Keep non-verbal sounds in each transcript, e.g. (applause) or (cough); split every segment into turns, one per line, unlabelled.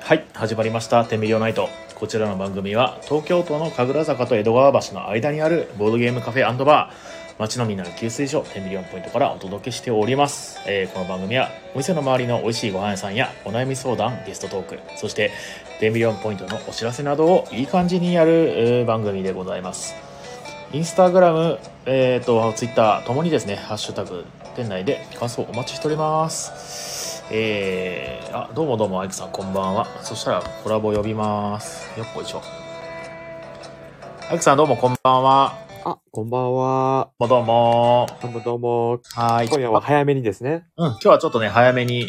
はい始まりました「テンビリオナイト」こちらの番組は東京都の神楽坂と江戸川橋の間にあるボードゲームカフェバー街のみんなの給水所テンビリオンポイントからお届けしております、えーこの番組はお店の周りの美味しいご飯屋さんやお悩み相談ゲストトークそしてテンビリオンポイントのお知らせなどをいい感じにやる、えー番組でございますインスタグラム、えー、と、ツイッターともにですね、ハッシュタグ、店内で感想お待ちしております。えー、あ、どうもどうも、アイクさん、こんばんは。そしたら、コラボ呼びます。よっこいしょ。アイクさん、どうも、こんばんは。
あ、こんばんは。
どうもどうも。
どうもどうも。
はーい。
今夜は早めにですね。
うん、今日はちょっとね、早めに、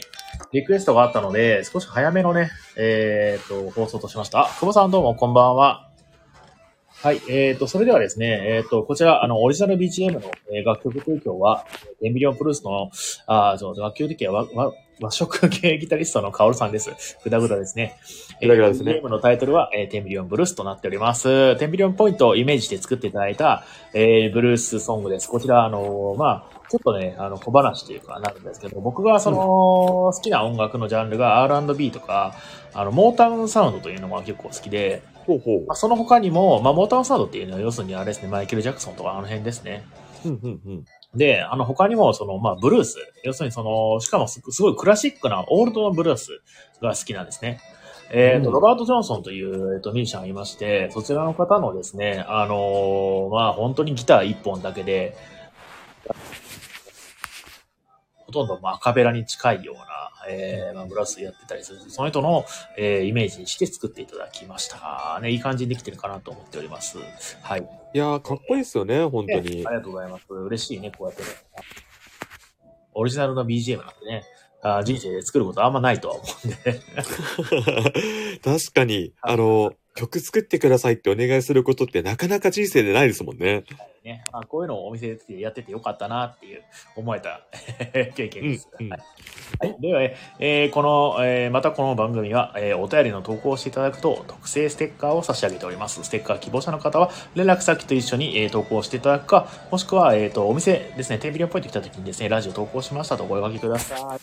リクエストがあったので、少し早めのね、えっ、と、放送としました。あ久保さんどうもこんばんは。はい、えっ、と、それではですね、えっ、と、こちら、あの、オリジナル BGM の、えー楽曲提供は、エンビリオンプルースの、あーそう、楽曲的には和和和食系ギタリストのカオルさんです。ぐだぐだですね。
ぐだぐだですね
えー BGM のタイトルは、えー、テンビリオンブルースとなっております。テンビリオンポイントをイメージして作っていただいた、えーブルースソングです。こちら、あのーまあ、ちょっとね、あの、小話というかなるんですけど、僕がその、好きな音楽のジャンルが R&B とか、あの、モータウンサウンドというのが結構好きで、
ほうほう
まあ、。その他にも、まあ、モータウンサウンドっていうのは要するにあれですね、マイケル・ジャクソンとかあの辺ですね。
うんうんうん。
で、あの、他にも、その、まあ、ブルース。要するに、その、しかもす、すごいクラシックなオールドのブルースが好きなんですね。えっ、と、
うん
ロバート・ジョンソンという、えっ、と、ミュージシャンがいまして、そちらの方のですね、あのーまあ、本当にギター一本だけで、ほとんど、まあ、アカペラに近いような、えー、まあ、ブラスやってたりする。その人の、えー、イメージにして作っていただきました。ね、いい感じにできてるかなと思っております。はい。
いやー、かっこいいですよね、本当に
あ。りがとうございます。嬉しいね、こうやってね。オリジナルの BGM なんてね、あー人生で作ることあんまないとは思うんで。
(laughs) 確かに、あの、曲作ってくださいってお願いすることってなかなか人生でないですもんね。
ね、あこういうのをお店でやっててよかったなっていう思えた (laughs) 経験です。
うんうん
はいはい、では、えーこの、えーまたこの番組は、えーお便りの投稿をしていただくと特製ステッカーを差し上げております。ステッカー希望者の方は連絡先と一緒に、えー投稿していただくか、もしくは、えー、とお店ですね、テーブルにポイント来た時にですね、ラジオ投稿しましたとお声掛けください。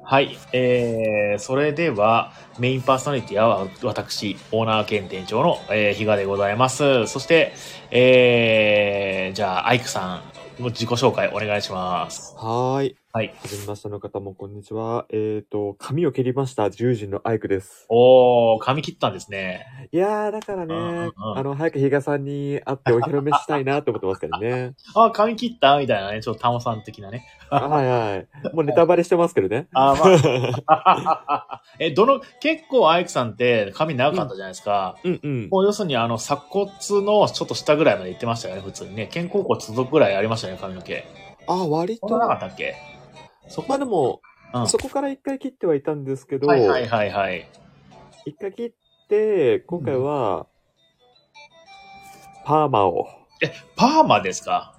はい、えー、それではメインパーソナリティは私、オーナー兼店長の、えー、比嘉でございます。そして、えー、じゃあ、アイクさん、自己紹介お願いします。
はーい。
はい。
はじめましての方もこんにちは。えっ、ー、と、髪を切りました、10時のアイクです。
おー、髪切ったんですね。
いやー、だからね、
うんうんうん
あの、早く比嘉さんに会ってお披露目したいなと思ってますか
(laughs)
らね。
あ、髪切ったみたいなね、ちょっとタモさん的なね。
はいはい。もうネタバレしてますけどね。
あー、まあ。え、どの、結構アイクさんって髪長かったじゃないですか。
うんうん。
もう要するにあの、鎖骨のちょっと下ぐらいまで行ってましたよね、普通にね。肩甲骨届くぐらいありましたよね、髪の毛。
あ、割
そ
と
ん。ななかったっけそこ
まあでも、
うん
そこから一回切ってはいたんですけど、
はいはいはいはい。
一回切って、今回は、パーマを。
パーマですか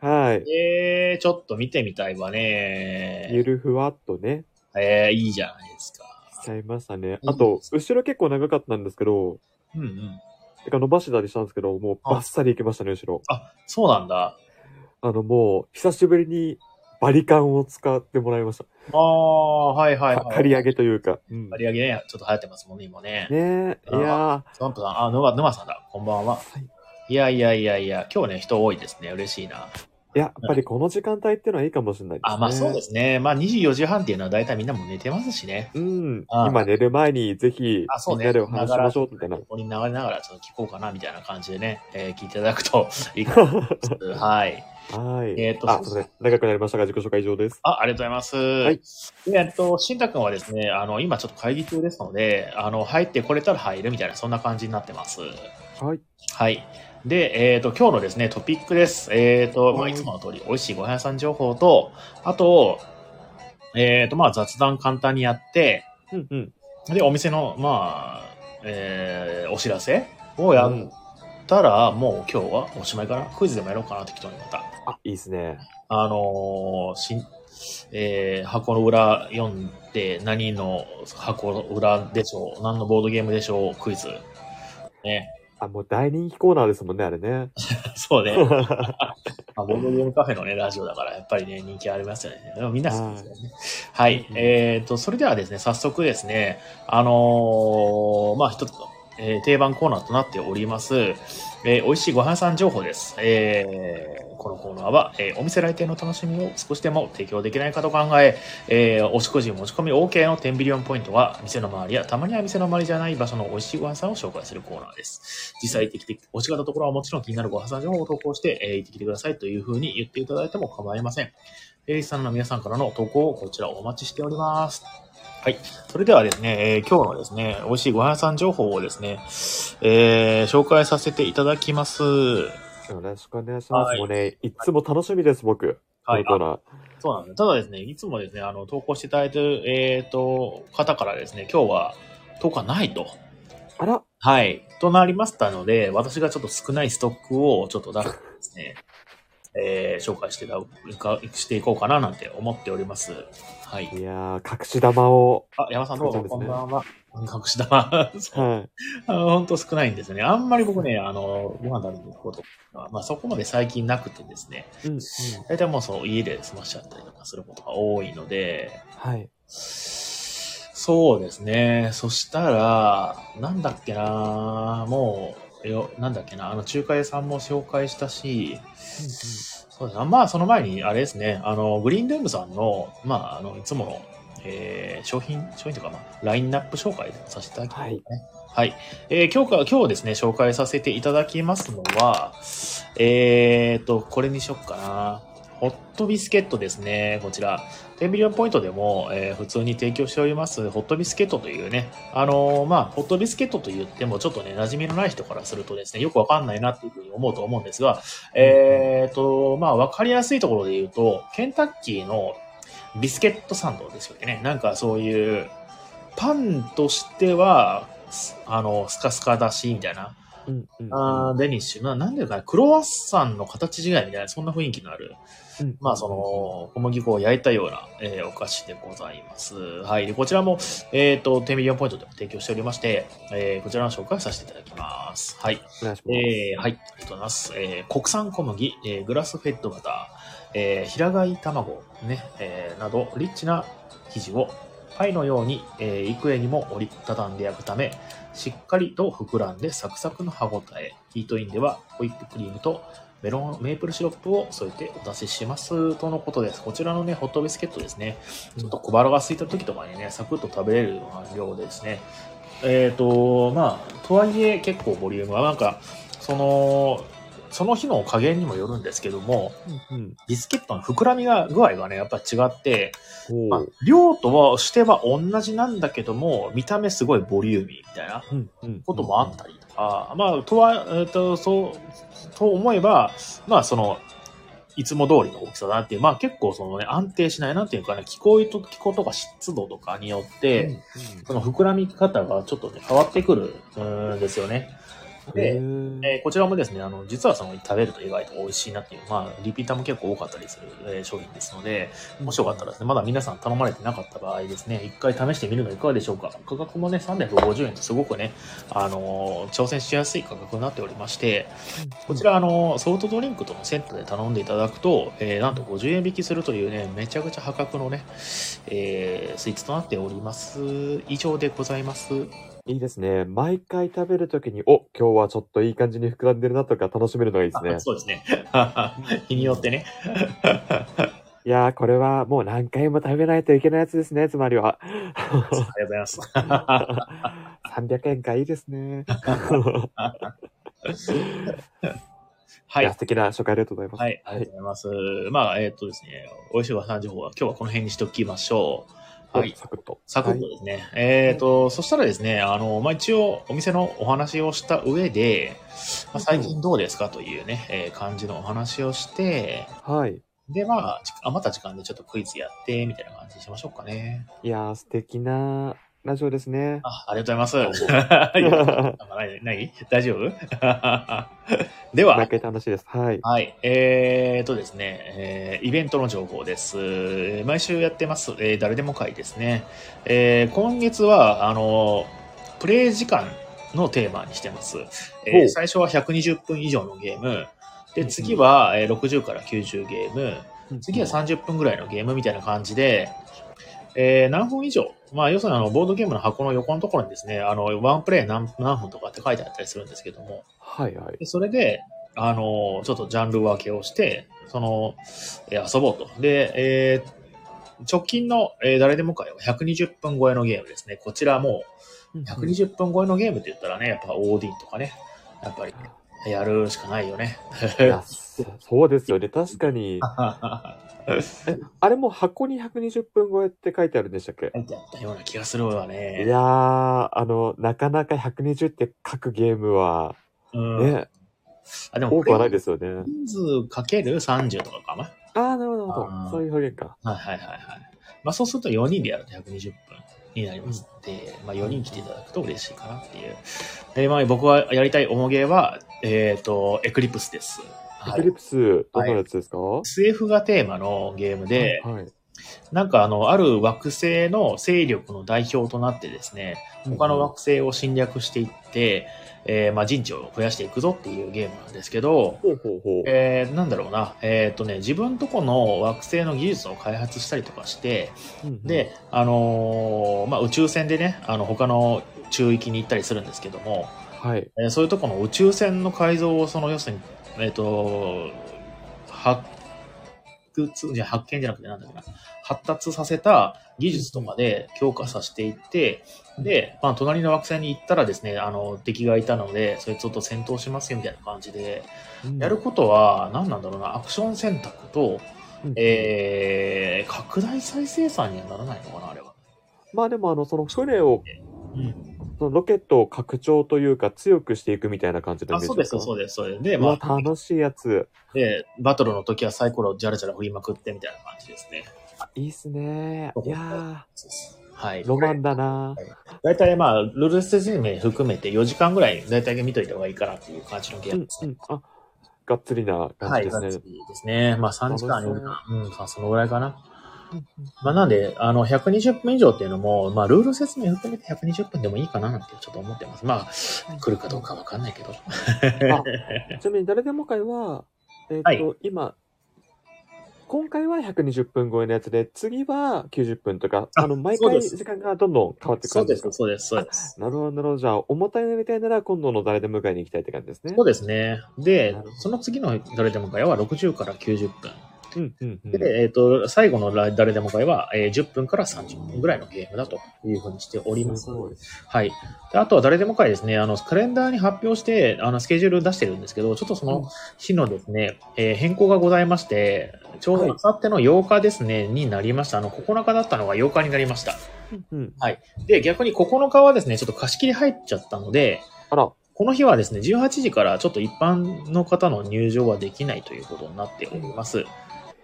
はい。
えー、ちょっと見てみたいわね。
ゆるふわっとね、
えー、いいじゃないですか。
しちゃいましたね。
うん
あと、後ろ結構長かったんですけど、
うんうん。
てか伸ばしてたりしたんですけど、もうバッサリいきましたね、後ろ。
あ、そうなんだ。
あの、もう、久しぶりにバリカンを使ってもらいました。
ああ、はいはい
か
はい。
刈り上げというか。うん
刈り上げね、ちょっと流行ってますもんね、今ね。
ねえ、いや
トランプさん、あ、沼、沼さんだ。こんばんは。
い
い、やいやいやいや、今日ね、人多いですね。嬉しいな。
ー、やっぱりこの時間帯っていうのはいいかもしれないですね。
あ、まあそうですね。まあ24時半っていうのは大体みんなもう寝てますしね。
うん。
あー
今寝る前にぜひ
あ、、そう
み
んね。
なでお話ししましょう、みたいな
こ。こに流れながらちょっと聞こうかな、みたいな感じでね、えー聞いていただく
(laughs)
といいかと思います。はい。
はい。
えーと
あ、すみません。長くなりましたが、自己紹介以上です。
あ、ありがとうございます。
い
でえっと、新太くんはですね、あの、今ちょっと会議中ですので、あの、入ってこれたら入るみたいな、そんな感じになってます。
はい。
はい。で、えっ、と、今日のですね、トピックです。えっ、と、まあ、
はい
いつもの通り、美味しいご飯屋さん情報と、あと、えっ、と、まあ、雑談簡単にやって、
うんうん。
で、お店の、まあ、えーお知らせをやったら、もう今日はおしまいかな。クイズでもやろうかな、適当にまた。
あ、いいですね。
あのーしんえー箱の裏読んで何の箱の裏でしょう何のボードゲームでしょうクイズ。ね。 (laughs)
あ、もう大人気コーナーですもんね、あれね。
そうね。まあ、ボードゲームカフェのね、ラジオだから、やっぱりね、人気ありますよね。でもみんな好きですよね。はい。
うん
えっ、と、それではですね、早速ですね、あのーまあ、一つの、えー定番コーナーとなっております、えー美味しいご飯屋さん情報です。えーこのコーナーは、えーお店来店の楽しみを少しでも提供できないかと考え、えーお食事持ち込み OK の10ビリオンポイントは、店の周りや、たまには店の周りじゃない場所の美味しいご飯屋さんを紹介するコーナーです。実際行ってきて、お違ったところはもちろん気になるご破産情報を投稿して、えー行ってきてくださいというふうに言っていただいても構いません。ペリスさんの皆さんからの投稿をこちらお待ちしております。はい。それではですね、えー今日のですね、美味しいご飯屋さん情報をですね、えー紹介させていただきます。
よろしくお願いします。
はい
もうね、いつも楽しみです、僕。
はい。
このコーナー。
そうなんです。ただですね、いつもですね、あの、投稿していただいてる、えっ、と、方からですね、今日は投稿はないと。
あら、
はい。となりましたので、私がちょっと少ないストックをちょっと出してですね、えー紹介していただくしていこうかななんて思っております。はい。
いやー、隠し玉を。
あ、山さんどう
そ
も、
うです
こ
ね
んばんは。隠し (laughs) 玉。
は
本当少ないんですよね。あんまり僕ね、あの、ご飯食べに行くことが、まあそこまで最近なくてですね、
い。うん、うん。
大体もうそう家で済ましちゃったりとかすることが多いので、
はい。
そうですね。そしたら、なんだっけなもう、よ、なんだっけなあの、中華屋さんも紹介したし、そうだな。まあ、その前に、あれですね。あの、グリーンルームさんの、まあ、あの、いつもの、えー商品、商品というか、まあ、ラインナップ紹介させていただきますね。はい。えー今日から、今日ですね、紹介させていただきますのは、えーと、これにしよっかな。ホットビスケットですね。こちら。10ミリオンポイントでも、えー普通に提供しております、ホットビスケットというね、あのーまあ、ホットビスケットと言っても、ちょっとね、馴染みのない人からするとですね、よくわかんないなっていうふうに思うと思うんですが、えーと、まあ、わかりやすいところで言うと、ケンタッキーのビスケットサンドですよね。なんかそういう、パンとしては、すあの、スカスカだし、みたいな。
うん、うんうん。
あーデニッシュ。まあ、なんでかなクロワッサンの形違いみたいな、そんな雰囲気のある。
うん
まあ、その、、小麦粉を焼いたような、えーお菓子でございます。はい。でこちらも、えっ、と、10ミリオンポイントでも提供しておりまして、えーこちらの紹介をさせていただきます。はい。
お願いしま
えーは
す。
い、ありがとうございます。えー国産小麦、えーグラスフェッドバター、えー平飼い卵、ね、えーなど、リッチな生地を、パイのように、えー幾重にも折りたたんで焼くため、しっかりと膨らんでサクサクの歯ごたえ、ヒートインではホイップクリームとメロン、メープルシロップを添えてお出しします、とのことです。こちらのね、ホットビスケットですね。ちょっと小腹が空いた時とかにね、サクッと食べれるような量でですね。えっ、と、まあ、とはいえ結構ボリュームは、なんか、その、その日の加減にもよるんですけども、
うん、うん。
ビスケットの膨らみが、具合がね、やっぱ違って、
ほう
まあ、量とはしては同じなんだけども、見た目すごいボリューミーみたいな
うん、うん。
こともあったりとか、まあ、とは、えっ、と、そう、と思えば、まあ、その、いつも通りの大きさだなっていう、まあ結構そのね、安定しないなんていうかね、気候と、気候とか湿度とかによって、
うんうん
その膨らみ方がちょっとね、変わってくるうんですよね。で、
うん。
えーこちらもですね、あの、実はその食べると意外と美味しいなっていう、まあ、リピーターも結構多かったりする、えー商品ですので、もしよかったらですね、まだ皆さん頼まれてなかった場合ですね、一回試してみるのいかがでしょうか。価格もね、350円とすごくね、あのー挑戦しやすい価格になっておりまして、こちら、あのーソフトドリンクとのセットで頼んでいただくと、えーなんと50円引きするというね、めちゃくちゃ破格のね、えースイーツとなっております。以上でございます。
いいですね。毎回食べるときに、お、今日はちょっといい感じに膨らんでるなとか楽しめるのがいいですね
あ。そうですね。 (laughs) 日によってね。
いやー、これはもう何回も食べないといけないやつですね、つまり
(laughs)
は。
ありがとうございます。 (laughs) は
300円かいいですね。い
い
や、。素敵な紹介ありがとうございます。
はい、ありがとうございます。まあ、えっ、とですね、美味しいご飯情報は今日はこの辺にしておきましょう。はい
お。サクッと。
サクッとですね。えっ、と、そしたらですね、あの、まあ、一応お店のお話をした上で、まあ、最近どうですかというね、えー感じのお話をして、
はい。
で、まあ、じ余った時間でちょっとクイズやって、みたいな感じにしましょうかね。
いやー、素敵なラジオですね。
あ、ありがとうございます。 (laughs) いやなんかないない大丈夫 (laughs) では
毎、回楽しいです。はい。
はい。えー、とですね、えーイベントの情報です。えー毎週やってます、えー誰でも会ですね。えー今月は、あの、プレイ時間のテーマにしてます。えー
ほう
最初は120分以上のゲーム、
う
で、
ん
次はえー60から90ゲーム、
うん
次は30分ぐらいのゲームみたいな感じで、えー何分以上、まあ、要するにあのボードゲームの箱の横のところにですね、あのワンプレイ何何分とかって書いてあったりするんですけども、
はいはい。
でそれで、あのちょっとジャンル分けをして、その、えー遊ぼうと。で、えー直近の、えー誰でも会は120分超えのゲームですね。こちらもう120分超えのゲームって言ったらね、やっぱ OD とかね、やっぱりやるしかないよ
(laughs)
ね。
いやそそうですよね。確かに。
入
あれも箱に120分超えって書いてあるんでしたっけ
ってあったような気がするわね。
いやー、あの、なかなか120って書くゲームは、
うん、
ね、
あでも。
多くはないですすよね。
人数かける30とかかな。
あー、なるほど、なる
あ
ほ
ー
ど。そういう表現か。
はいはいはいはい。まあそうすると4人でやると120分になりますので、まあ4人来ていただくと嬉しいかなっていう。で、まあ僕はやりたい重ゲーは、えっ、と、エクリプスです。
エ
は
ク
い
リ。プス、どんなやつですかは
SF がテーマのゲームで、
はい。
なんかあの、ある惑星の勢力の代表となってですね、他の惑星を侵略していって、えーまあ陣地を増やしていくぞっていうゲームなんですけど、
ほうほうほう。
えーなんだろうな、えーっとね、自分とこの惑星の技術を開発したりとかして、
うんうん、
で、あのーまあ、宇宙船でね、あの他の宙域に行ったりするんですけども、
はい。
えーそういうとこの宇宙船の改造を、その要するに、えーっと、発掘、じゃ発見じゃなくてなんだっけな、発達させた技術とかで強化させていって、で、まあ、隣の惑星に行ったらですね、あの、敵がいたので、そいつと戦闘しますよみたいな感じで、やることは何なんだろうなアクション選択と、
うん
えー、拡大再生産にはならないのかなあれは。
まあでも、あの、その船を、
うん、
そのロケットを拡張というか強くしていくみたいな感じの
あ
イメージ
そうです
か
そうですそうです。で,、
うわ
まあ、
楽しいやつ。
でバトルの時はサイコロをジャラジャラ振りまくってみたいな感じですね。
あいいっすね。いや
はい
ー、、ロマンだな。
大体まあルール説明含めて4時間ぐらい大体見といた方がいいかなっていう感じのゲー
う
ム
ん
です
う
ね。
ん。あ、がっつりな
は
感
い、
じです
がっ
ね。
つりですね。まあ3時間4
楽しそう
時間、うん、まあそのぐらいかな。
うんうん
まあ、なんで、あの、120分以上っていうのも、まあ、ルール説明含めて120分でもいいかななんてちょっと思ってます。まあ、来るかどうかわかんないけど。
ちなみに誰でも会は、えっ、と、
はい
今、今回は120分超えのやつで、次は90分とか、
あ
あの、毎
そう
回
です
時間がどんどん変わっ
(laughs)
てく
そ
る
うん
で
ですす
か、
そうです、そうです。
なるほど、なるほど。じゃあ、重たいのやりたいなら今度の誰でも会に行きたいって感じですね。
そう
で
ですね。で
なるほ、ど
その次の誰でも会は60から90分。
す。うん、うん、うん。
で、えっ、と、最後の誰でも会は、えー10分から30分ぐらいのゲームだというふうにしております。
すごい
はい。であとは誰でも会ですね、あの、カレンダーに発表して、あの、スケジュール出してるんですけど、ちょっとその日のですね、えー変更がございまして、ちょう
はい
どあさっての8日ですね、になりました。あの、9日だったのが8日になりました。
うんうん。
で、逆に9日はですね、ちょっと貸し切り入っちゃったので、
あら、
この日はですね、18時からちょっと一般の方の入場はできないということになっております。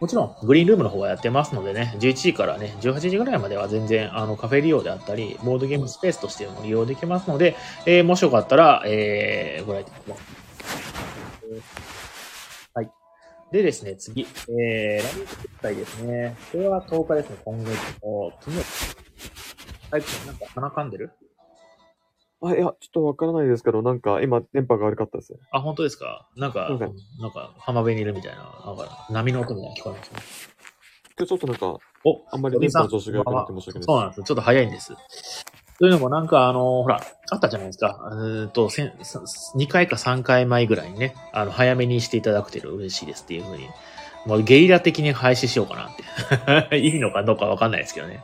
もちろん、グリーンルームの方はやってますのでね、11時からね、18時ぐらいまでは全然、あの、カフェ利用であったり、ボードゲームスペースとしても利用できますので、えーもしよかったら、えー、ご来店ください。はい。でですね、次、えー、ラミット会ですね。これは10日ですね、今月の。とにかく、はい、なんか鼻かんでる
あ、いや、ちょっとわからないですけど、なんか、今、電波が悪かったですね。
あ、本当ですかなんか、
うん
なんか浜辺にいるみたいな、なんか波の音みたいなの聞こえますね。
今日ちょっとなんか、
お
あんまり電波の調子が良くなくて申し訳
そう
ない
なんです。ちょっと早いんです。というのもなんかあの、ほら、あったじゃないですか。うーんと、せんさ2回か3回前ぐらいにね、あの、早めにしていただくというのは嬉しいですっていうふうに、もうゲリラ的に廃止しようかなって。 (laughs) いいのかどうかわかんないですけどね。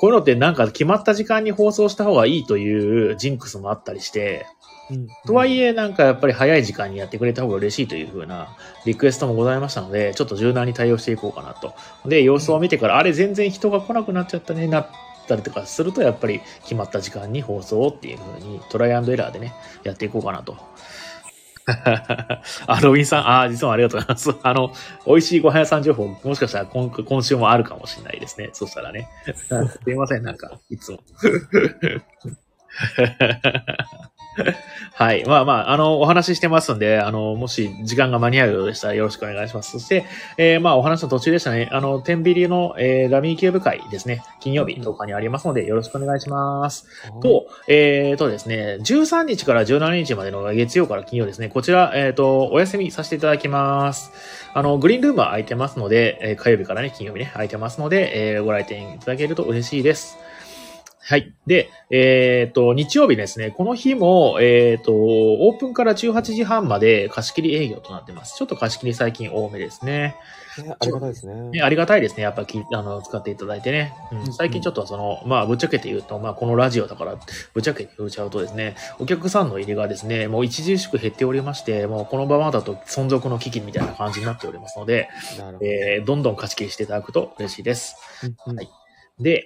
こういうのってなんか決まった時間に放送した方がいいというジンクスもあったりして、
です。うん
とはい
え、
え、なんかやっぱり早い時間にやってくれた方が嬉しいというふうなリクエストもございましたので、ちょっと柔軟に対応していこうかなと。で、様子を見てから、あれ全然人が来なくなっちゃったね、なったりとかすると、やっぱり決まった時間に放送っていうふうにトライアンドエラーでね、やっていこうかなと。 (laughs) あ、ロビンさん、あ、実はありがとうございます。 (laughs) あの、美味しいご飯屋さん情報、もしかしたら今今週もあるかもしれないですね。そしたらね。 (laughs) すいません、なんか、いつも。はい。まあまあ、あの、お話ししてますんで、あの、もし時間が間に合うようでしたらよろしくお願いします。そして、えーまあ、お話の途中でしたね。あの、天秤流の、えーラミーキューブ会ですね。金曜日10日にありますので、よろしくお願いします。と、えーとですね、13日から17日までの月曜から金曜ですね、こちら、えーと、お休みさせていただきます。あの、グリーンルームは空いてますので、えー火曜日からね、金曜日ね、空いてますので、えーご来店いただけると嬉しいです。はい。で、えっ、と、日曜日ですね、この日も、えっ、と、オープンから18時半まで貸し切り営業となってます。ちょっと貸し切り最近多めですね。
ねありがたいですね。
ね、ありがたいですね。やっぱきあの使っていただいてね。
うん
う、
うんん
最近ちょっとその、まあ、ぶっちゃけて言うと、まあ、このラジオだから、ぶっちゃけて言っちゃうとですね、お客さんの入りがですね、もう著しく減っておりまして、もうこのままだと存続の危機みたいな感じになっておりますので、
なるほど
えーどんどん貸し切りしていただくと嬉しいです。
うん
はいで、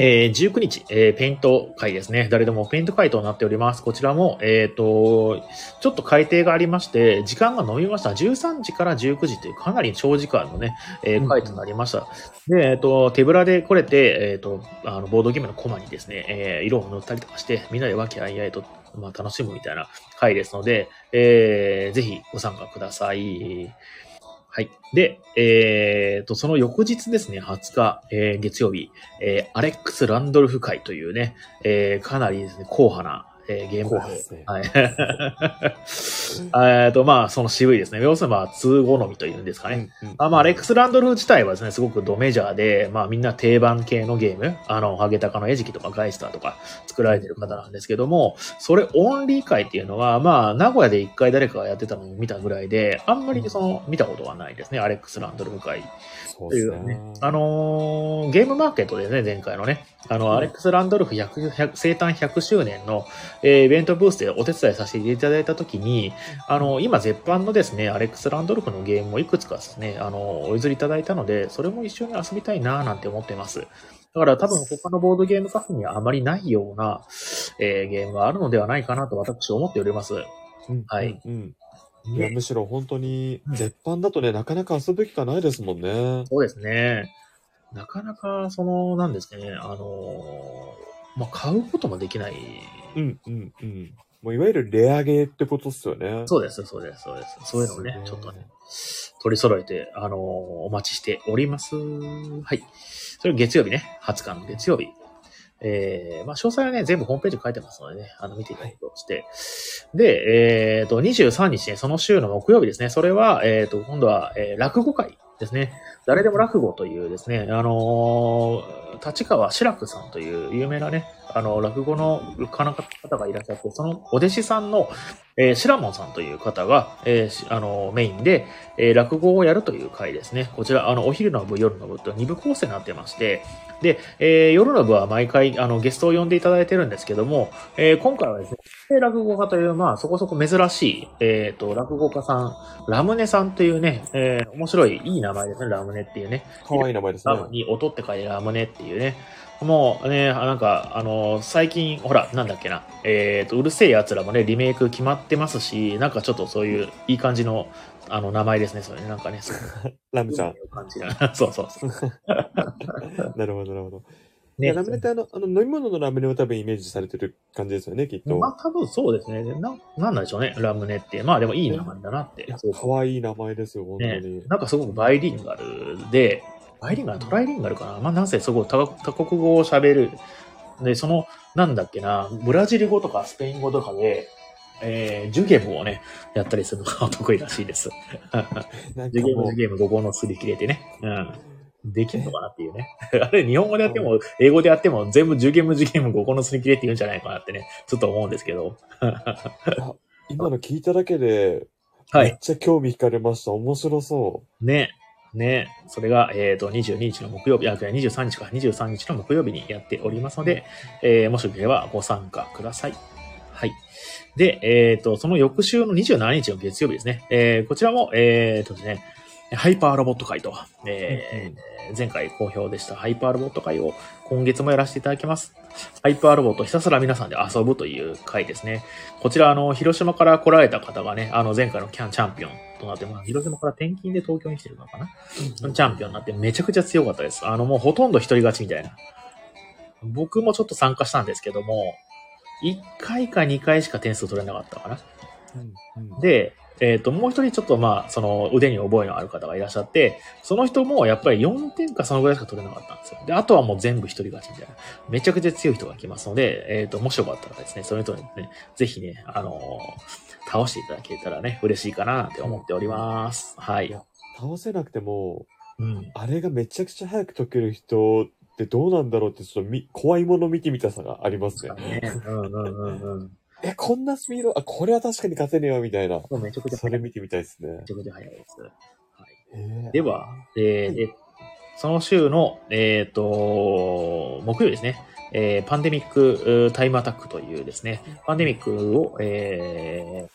えー19日、えーペイント会ですね。誰でもペイント会となっております。こちらも、えっ、と、ちょっと改定がありまして、時間が伸びました。13時から19時というかなり長時間のね、えー
うん
会となりました。で、えっ、と、手ぶらで来れて、えっ、と、あの、ボードゲームのコマにですね、えー色を塗ったりとかして、みんなで和気あいあいと、まあ、楽しむみたいな会ですので、えーぜひご参加ください。はい。で、えっ、と、その翌日ですね、20日、えー月曜日、えーアレックス・ランドルフ会というね、えーかなりですね、硬派な、えーゲーム
後
会
半ですね。 (laughs)
はい。えっと、まあ、その渋いですね。要するに、まあ、通好みというんですかね。
うんうん
あまあ、アレックス・ランドルフ自体はですね、すごくドメジャーで、まあ、みんな定番系のゲーム、あの、ハゲタカの餌食とかガイスターとか作られてる方なんですけども、それオンリー会っていうのは、まあ、名古屋で一回誰かがやってたのを見たぐらいで、あんまりその、見たことはないですね、アレックス・ランドルフ会
そう
とい
です
うね
ね。、
あのーゲームマーケットでね、前回のね、あの、
うん
アレックス・ランドルフ100 100生誕100周年の、えーイベントブースでお手伝いさせていただいたときに、あの今、絶版のですね、アレックス・ランドルフのゲームもいくつかですね、あのお譲りいただいたので、それも一緒に遊びたいなぁなんて思ってます。だから多分他のボードゲームカフェにはあまりないような、えーゲームがあるのではないかなと私思っております。
うん
はい。
うんうんいや、むしろ本当に、絶版だとね、なかなか遊ぶ機会ないですもんね。
そうですね。なかなか、その、なんですかね、あのーまあ、買うこともできない。
うんうんうん。もういわゆるレアゲーってことっすよね。
そうです、そうです、そうです。そういうのをね、ち
す
ょ
ご
っと
い
ね、取り揃えて、あのーお待ちしております。はい。それ月曜日ね、20日の月曜日。えー、まあ、詳細はね、全部ホームページに書いてますのでね、あの、見ていただくとして。で、えっ、と、23日ね、その週の木曜日ですね、それは、えっ、と、今度は、えー落語会ですね。誰でも落語というですね、あのー立川志らくさんという有名なね、あの、落語の方がいらっしゃって、そのお弟子さんの、えー、シラモンさんという方が、えーしあの、メインで、えー落語をやるという回ですね。こちら、あの、お昼の部、夜の部と2部構成になってまして、で、えー夜の部は毎回、あの、ゲストを呼んでいただいてるんですけども、えー今回はですね、落語家という、まあ、そこそこ珍しい、えっ、と、落語家さん、ラムネさんというね、えー面白い、いい名前ですね、ラムネっていうね。
かわいい名前ですね
ラ。ムに音って書いてラムネっていうね。もうね、あなんか、あの、最近、ほら、なんだっけな、えっ、と、うるせえやつらもね、リメイク決まってますし、なんかちょっとそういう、いい感じの、あの、名前ですね、それね、なんかね、そう
ラムちゃん。
いう感じが。 (laughs) そうそうそう。
なるほど、なるほど。い
ね
や、ラムネってあの、あの飲み物のラムネを多分イメージされてる感じですよね、きっと。
まあ、多分そうですね。な、なんなんでしょうね、ラムネって。まあ、でもいい名前だなって
い。や、
そう
かわいい名前ですよ、本当
ね
に。
なんかすごくバイリンガルで、バイリンガル、トライリンガルかなまあ、なんせすごい多国多国語を喋る。で、その、なんだっけな、ブラジル語とかスペイン語とかで、えー、ジュゲムをね、やったりするのが (laughs) 得意らしいです。
なん
ジ
か
ュゲム、
も
ジュ
う、
ゲム、語語のすり切れてね。うん。できるのかなっていうね。 (laughs) あれ、日本語でやっても、英語でやっても、全部ジュゲム、ジュゲム、語語のすり切れって言うんじゃないかなってね、ちょっと思うんですけど。
今の聞いただけで、
はい
めっ。ちゃ興味惹かれました。面白そ
ね、ね、それが、えっ、と、22日の木曜日、あ、23日か、23日の木曜日にやっておりますので、えーもしよければご参加ください。はい。で、えっ、と、その翌週の27日の月曜日ですね。えーこちらも、えっ、とですね、ハイパーロボット会と、えー前回好評でしたハイパーロボット会を今月もやらせていただきます。ハイパーロボットひたすら皆さんで遊ぶという会ですね。こちら、あの、広島から来られた方がね、あの、前回のキャンチャンピオンとなって、まあ、広島から転勤で東京に来てるのかな、チャンピオンになってめちゃくちゃ強かったです。あの、もうほとんど一人勝ちみたいな。僕もちょっと参加したんですけども、 1回か2回しか点数取れなかったかな。
うんうん
で、えっ、と、もう一人ちょっとまあ、その腕に覚えのある方がいらっしゃって、その人もやっぱり4点かそのぐらいしか取れなかったんですよ。で、あとはもう全部一人勝ちみたいな。めちゃくちゃ強い人が来ますので、えっ、と、もしよかったらですね、その人にね、ぜひね、あのー倒していただけたらね、嬉しいかなって思っております。はい。
倒せなくても、
うん。
あれがめちゃくちゃ早く解ける人ってどうなんだろうって、ちょっとみ怖いもの見てみたさがありますね。
ね、うんうんうんうん。
え、こんなスピード、あ、これは確かに勝てねえわ、みたいな。
もうめちゃくちゃ
そ
早
れ
い。め
見てみたいですね。
ちゃくちゃ早いです。はい。
えー
では、えーでその週の、えっ、と、木曜日ですね、えーパンデミックうータイムアタックというですね、パンデミックを、えー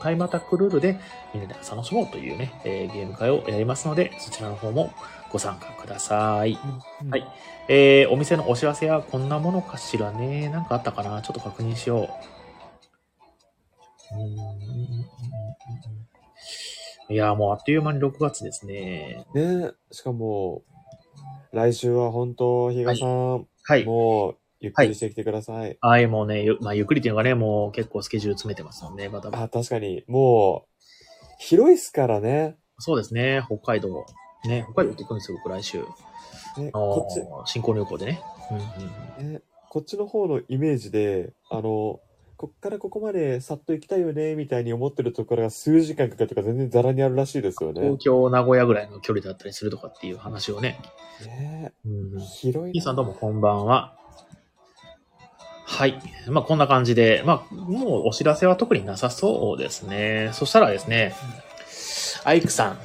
タイムアタックルールでみんなで楽しもうというね、えーゲーム会をやりますので、そちらの方もご参加ください。
うん
はいえーお店のお知らせやこんなものかしらね。なんかあったかなちょっと確認しよう。うーんうんうんうんいやー、もうあっという間に6月ですね。
ねしかも、来週は本当、比嘉さん、
はい。
もう、ゆっくりしてきてください。
はい、もうね、ゆまあ、ゆっくりっていうのがね、もう結構スケジュール詰めてますので、また。
あ、確かに、もう、広いっすからね。
そうですね、北海道。ね、北海道って行くんですよ、僕来週。
ね
あ
こっち、
の新婚旅行でね。うんうんうん
ね、こっちの方のイメージで、あの、こっからここまでさっと行きたいよね、みたいに思ってるところが数時間かかるとか全然ザラにあるらしいですよね
東。京、名古屋ぐらいの距離だったりするとかっていう話をね。
ね
うんうん
広
金
いな。
さんどうもこんばんは。はい。まあ、こんな感じで、まあ、もうお知らせは特になさそうですね。そしたらですね、アイクさん、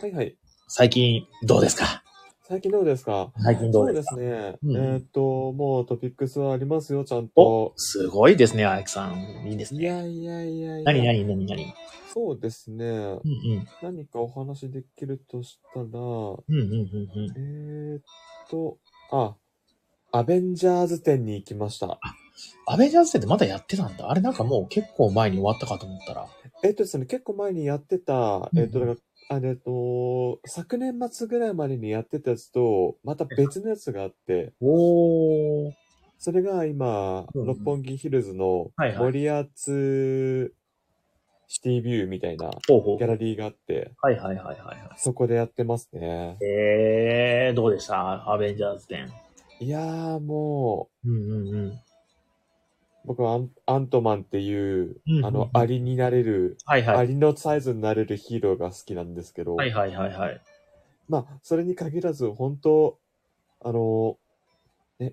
はいはい。
最近どうですか
最近どうですか
最近ど
そうう
で
です
か
すね。
うん
えーっと、もうトピックスはありますよ、ちゃん
お
と、。
すごいですね、アイクさん。いいです
い
ね。
やいやいやいや。
何何何何
そうですね。
うん
何かお話できるとしたら、
うん。うんうんうんうん。
えーっと、あ、アベンジャーズ展に行きました。
アベンジャーズってまだやってたんだ。あれなんかもう結構前に終わったかと思ったら。
えーっとですね、結構前にやってた、
うん
えーっと、だから、あえーっと、昨年末ぐらいまでにやってたやつと、また別のやつがあって、
おー。
それが今、
うん
六本木ヒルズの
はいはい
森アーツシティビューみたいな
ほうほう
ギャ。ラリーがあって、
はいはいはいはいは
そこでやってますね
い。。えー、どうでしたアベンジャーズ展。
いやーも
うんうんうん。
う、僕はアンアントマンっていう
うんうんう、ん
あの、アリになれる、
はいはい。
アリのサイズになれるヒーローが好きなんですけど、
はいはいはいはい。
まあ、それに限らず、本当あの、ね、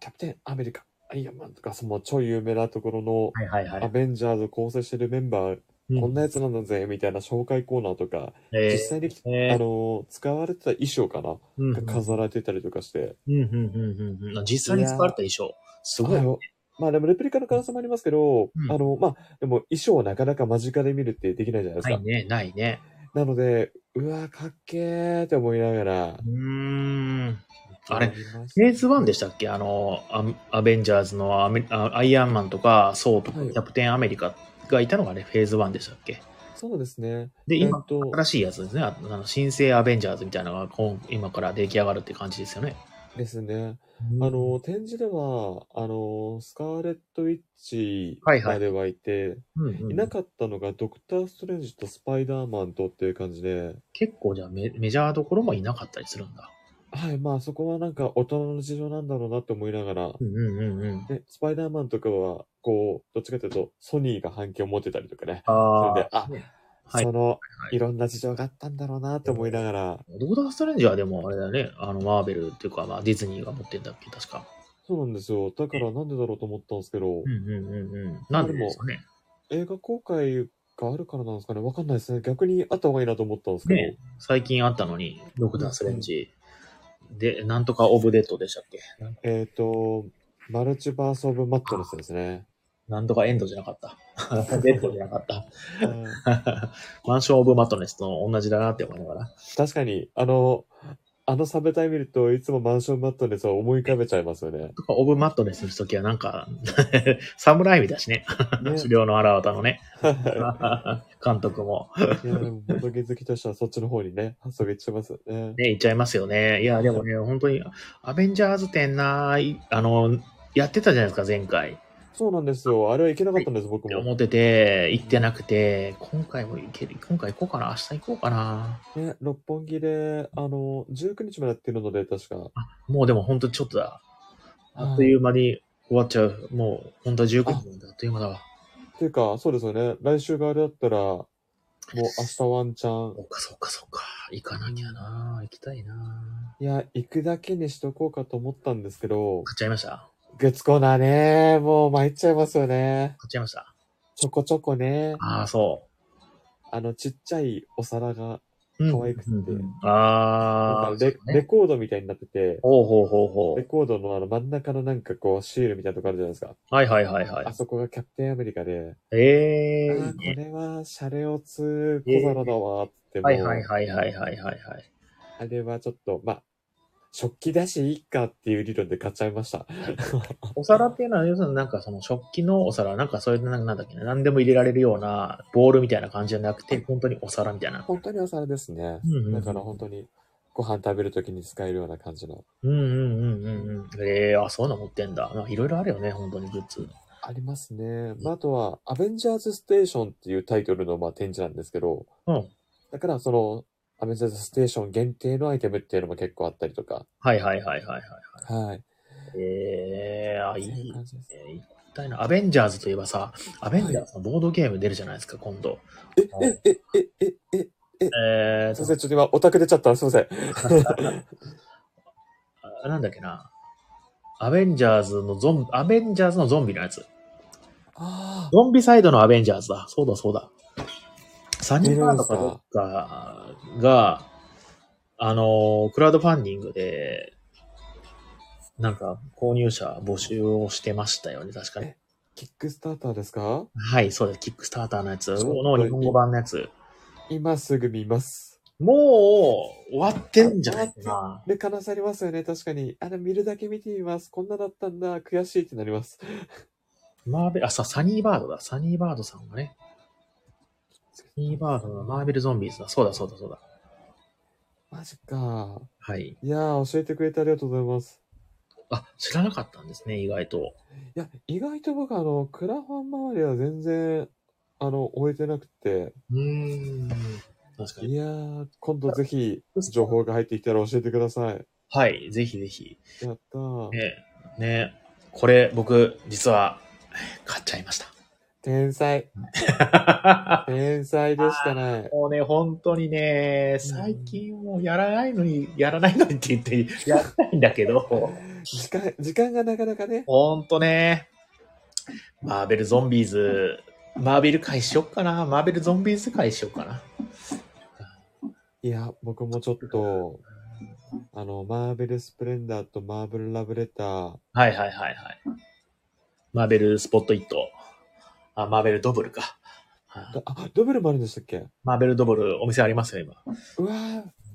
キャプテンアメリカ、アイアンマンとか、その超有名なところ
はいはいは
の、アベンジャーズを構成してるメンバー、
い。
こんなやつなんだぜ、みたいな紹介コーナーとか、
うん、え
実際に、
ーえー
あの、使われてた衣装かな、
うん
が飾られてたりとかして、
うんうんうんうんうん。実際に使われた衣装。すごい
あ。のまあでもレプリカの可能性もありますけど、
うん
あの、まあ、でも衣装をなかなか間近で見るってできないじゃないです
な
か。
いね、ないね。
なので、うわ、かっけーって思いながら
う、ーん。あれ
見ました
フェーズ1でしたっけあの、アアベンジャーズのアメあアイアンマンとか、ソーとか、
はい
キャプテンアメリカがいたのがね、フェーズ1でしたっけ
そうですね。
で、
え
今
っ、と
新しいやつですね。ああの新生アベンジャーズみたいなのがこう今から出来上がるって感じですよね。
ですね。あの、、展示では、あの、スカーレット・ウィッチ
はいはい
まではいて、
うんうん
いなかったのがドクター・ストレンジとスパイダーマンとっていう感じで、
結構じゃあメメジャーどころもいなかったりするんだ。
はい、まあそこはなんか大人の事情なんだろうなって思いながら、
うんうんうんうん。
ね、スパイダーマンとかは、こう、どっちかというと、ソニーが反響を持ってたりとかね。
あ
それであ
あ、ねはい
その、
い
いろんな事情があったんだろうなって思いながら、
ドクター・ストレンジはでもあれだよね、あの、マーベルっていうか、まあ、ディズニーが持ってんだっけ、確か。
そうなんですよ。だからなんでだろうと思ったんですけど
う、んうんうんうん。なんでですかね。
映画公開があるからなんですかね。わかんないですね。逆にあった方がいいなと思ったんですけど。
ね最近あったのに、ドクター・ストレンジ。で、なんとかオブデッドでしたっけなん
えっ、と、マルチバース・オブ・マットネスですね。
なんとかエンドじゃなかった。デッドじゃなかった。
うん
(laughs) マンション・オブ・マットネスと同じだなって思いながら。
確かに、あの、あのサブタイ見ると、いつもマンション・マットネスを思い浮かべちゃいます
(laughs)
よね。
とか、オブ・マットネスの時はなんか、 (laughs) 侍みだしね。
ね
狩猟の荒綿 (laughs) のね、
は
監督も。
いいや、でも、ボトゲ好きとしてはそっちの方にね、発想がいっちゃいますよね。
ね、行っちゃいますよね。いや、でもね、本当に、アベンジャーズ展な、いあの、やってたじゃないですか、前回。
そうなんですよ。あれはいけなかったんです、僕
って
も。
思ってて、行ってなくて、今回も行ける、今回行こうかな、明日行こうかな。
ね、六本木で、あの、19日までやってるので、確か。
もうでも本当ちょっとだ。あっという間に終わっちゃう。もう本当は19
あ
分であっという間だわ。
っていうか、そうですよね。来週があれだったら、もう明日ワンチャン。
そっかそっかそっか。行かなきゃな。行きたいな。
いや、行くだけにしとこうかと思ったんですけど、
買っちゃいました
月コーナーね、もう参っちゃいますよね。
買っちゃいました。
ちょこちょこね、
ああ、そ
あの、ちっちゃいお皿が、
う。うん
可愛くて
うんうんああ、
なんかレ
そう
レ
ね
コードみたいになってて、
ほうほうほうほ
レコードのあの真ん中のなんかこう、シールみたいなとこあるじゃないですか。
う。はいはいはいはい
あ。そこがキャプテンアメリカで、
ええ
あー
ー、いいね
これはシャレオツ小皿だわーって、もう
はいはいはいはいはいはいはい。
あれはちょっと、まあ、食器だしいいかっていう理論で買っちゃいました。
お皿っていうのは、要するになんかその食器のお皿、なんかそういう、なんなんだっけな、何でも入れられるような、ボールみたいな感じじゃなくて、本当にお皿みたいな。
本当にお皿ですね。
うんうんうん
だから本当にご飯食べるときに使えるような感じの。
うんうんうんうんうん。ええあ、そういうの持ってんだ。まあ、いろいろあるよね、本当にグッズ。
ありますね。まあ、あとは、アベンジャーズステーションっていうタイトルのまあ展示なんですけど、
うん。
だからその、アベンジャーズステーション限定のアイテムっていうのも結構あったりとか。
はいはいはいはいはい。
はい。
ええあ、い
そうい
いう
感じです。
えー一体のアベンジャーズといえばさ、アベンジャーズのボードゲーム出るじゃないですか、今度。
え、え、え、え、え、え、え、
えー
すいません、ちょっと今オタク出ちゃった。すいません。
(laughs) と、なんだっけな。アベンジャーズのゾンビ、アベンジャーズのゾンビのやつ。
あ
ゾンビサイドのアベンジャーズだ。そうだそうだ。サニーバードかどっかが、あの、クラウドファンディングで、なんか購入者募集をしてましたよね、確かに
え。キックスターターですか
はい、そうです。キックスターターのやつ
そう
の日本語版のやつ。
今すぐ見ます。
もう終わってんじゃないかな。
で、悲しありますよね、確かに。あの、見るだけ見てみます。こんなだったんだ。悔しいってなります。
マーベル、あ、さ、サニーバードだ。サニーバードさんがね。サニーバードのマーベルゾンビーズだ。そうだそうだそうだ。
マジか。
はい。
いやー、教えてくれてありがとうございます。
あ、知らなかったんですね、意外と。
いや、意外と僕、あの、クラファン周りは全然、あの、終えてなくて。
うーん。確かに。
いやー、今度ぜひ、情報が入ってきたら教えてください。
はい、ぜひぜひ。
やったー。
ねねこれ僕、実は、買っちゃいまし
天才。
た。
天才でしかない。
(laughs) もうね、本当にね、最近もうやらないのに、やらないのにって言って、やらないんだけど、
時間、時間がなかなかね。
ほんとね、マーベルゾンビーズ、マーベル会しよっかな、マーベルゾンビーズ会しよっかな。
いや、僕もちょっと、あの、マーベルスプレンダーとマーベルラブレター、
はいはいはいはい。マーベルスポットイット。あ、マーベルドブルか。はい
どあ、ドブルもあるんでしたっけ
マーベルドブル、お店ありますよ、今。
うわ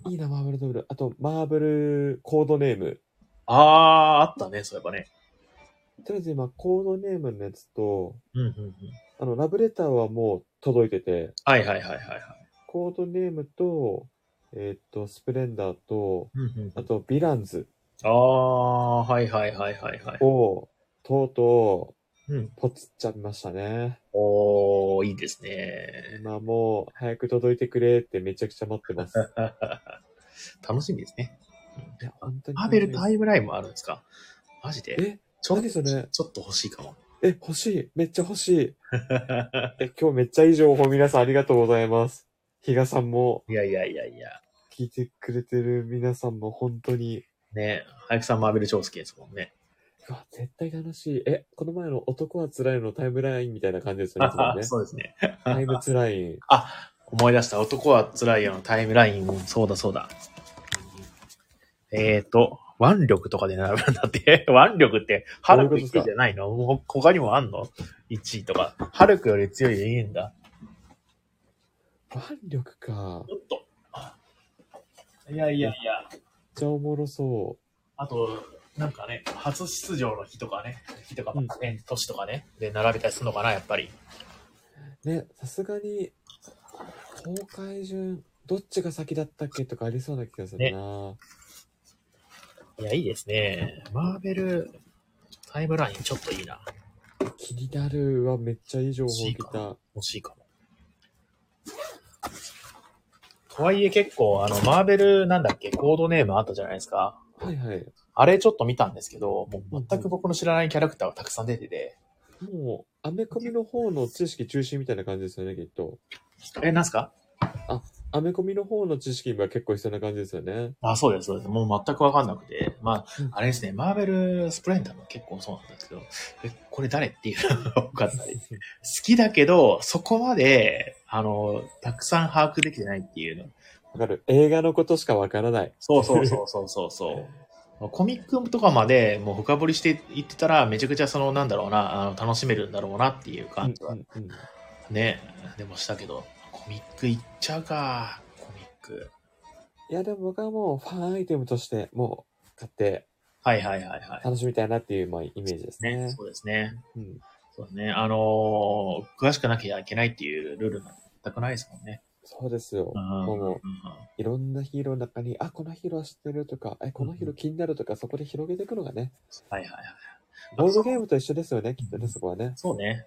ーいいな、マーブルドブル。あと、マーブルコードネーム。
あー、あったね、そういえばね。
とりあえず今、コードネームのやつと、
うんうんうん。
あの、ラブレターはもう届いてて、
はいはいはいはいはい。
コードネームと、えーっと、スプレンダーと、
うんうん
あと、ヴィランズ
ああ、はいはいはいはいはい。
を、とうと
うん
う、ポツっちゃいましたね。
おー、いいですね。
今もう、早く届いてくれってめちゃくちゃ待ってます。い
楽しみですね。
や、本当に。
マーベルタイムラインもあるんですかマジで
え、
ちょ
何それ
ちょっと欲しいかも。
え、欲しい。めっちゃ欲しい。え、今日めっちゃいい情報皆さんありがとうございます。比嘉さんも、
(laughs) いやいやいやいや。
聞いてくれてる皆さんも本当に、
ね早くさんマーベル超好きですもんね。
うわ、絶対楽しい。え、この前の男は辛いのタイムラインみたいな感じですよねいつも
(laughs)
ね。
そうですね。
タイムツライン。
あ、思い出した。男は辛いよのタイムライン。そうだそうだ。えっ、ー、と、腕力とかで並ぶんだって。 (laughs) 腕力って、ハルク
どういうことですか
1位じゃないのもう他にもあんの ?1 位とか。ハルクより強いでいいんだ。
腕力か。め
おっと。いやいやいや。
っちゃおもろそ
あと、なんかね、初出場の日とかね、日とか、
うん
年年とかね、で並べたりするのかな、やっぱり。
う。ね、さすがに、公開順、どっちが先だったっけとかありそうな気がするな。
いや、いいですね。マーベル、タイムラインちょっといいな。
気になるはめっちゃいい情報来た。
欲しいかも。とはいえ結構、あの、マーベルなんだっけ、コードネームあったじゃないですか。
はいはい。
あれちょっと見たんですけど、もう全く僕の知らないキャラクターがたくさん出てて、
もう、アメコミの方の知識中心みたいな感じですよね、きっと。
え、なんすか
アメコミの方の知識が結構必要な感じですよね。
あ、そうです、そうです。もう全くわかんなくて。ま
うん
あ、あれですね、マーベル・スプレンダーも結構そうなんですけど、え、これ誰っていうのが (laughs) 多かったり。好きだけど、そこまで、あの、たくさん把握できてないっていうの。
わかる。映画のことしかわからない。
そうそうそうそうそうそう。 (laughs) コミックとかまでもう深掘りしていってたら、めちゃくちゃその、なんだろうな、あの楽しめるんだろうなっていう
うん
感じ
う
は
んうん。
ね、でもしたけど、コミックいっちゃうか、コミック。
いや、でも僕はもうファンアイテムとして、もう買って
はいはいはいはい。
楽しみたいなっていう、まあ、イメージですね。
ね、そうですね。
うん、
そうね。あのー詳しくなきゃいけないっていうルールなんて全くないですもんね。
そうですよ。
うん
もう
うん
もう、いろんなヒーローの中に、あ、このヒーロー知ってるとか、え、このヒーロー気になるとか、そこで広げていくのがね、
はいはいはい。
ボードゲームと一緒ですよね、きっとね、そこはね。
そうね。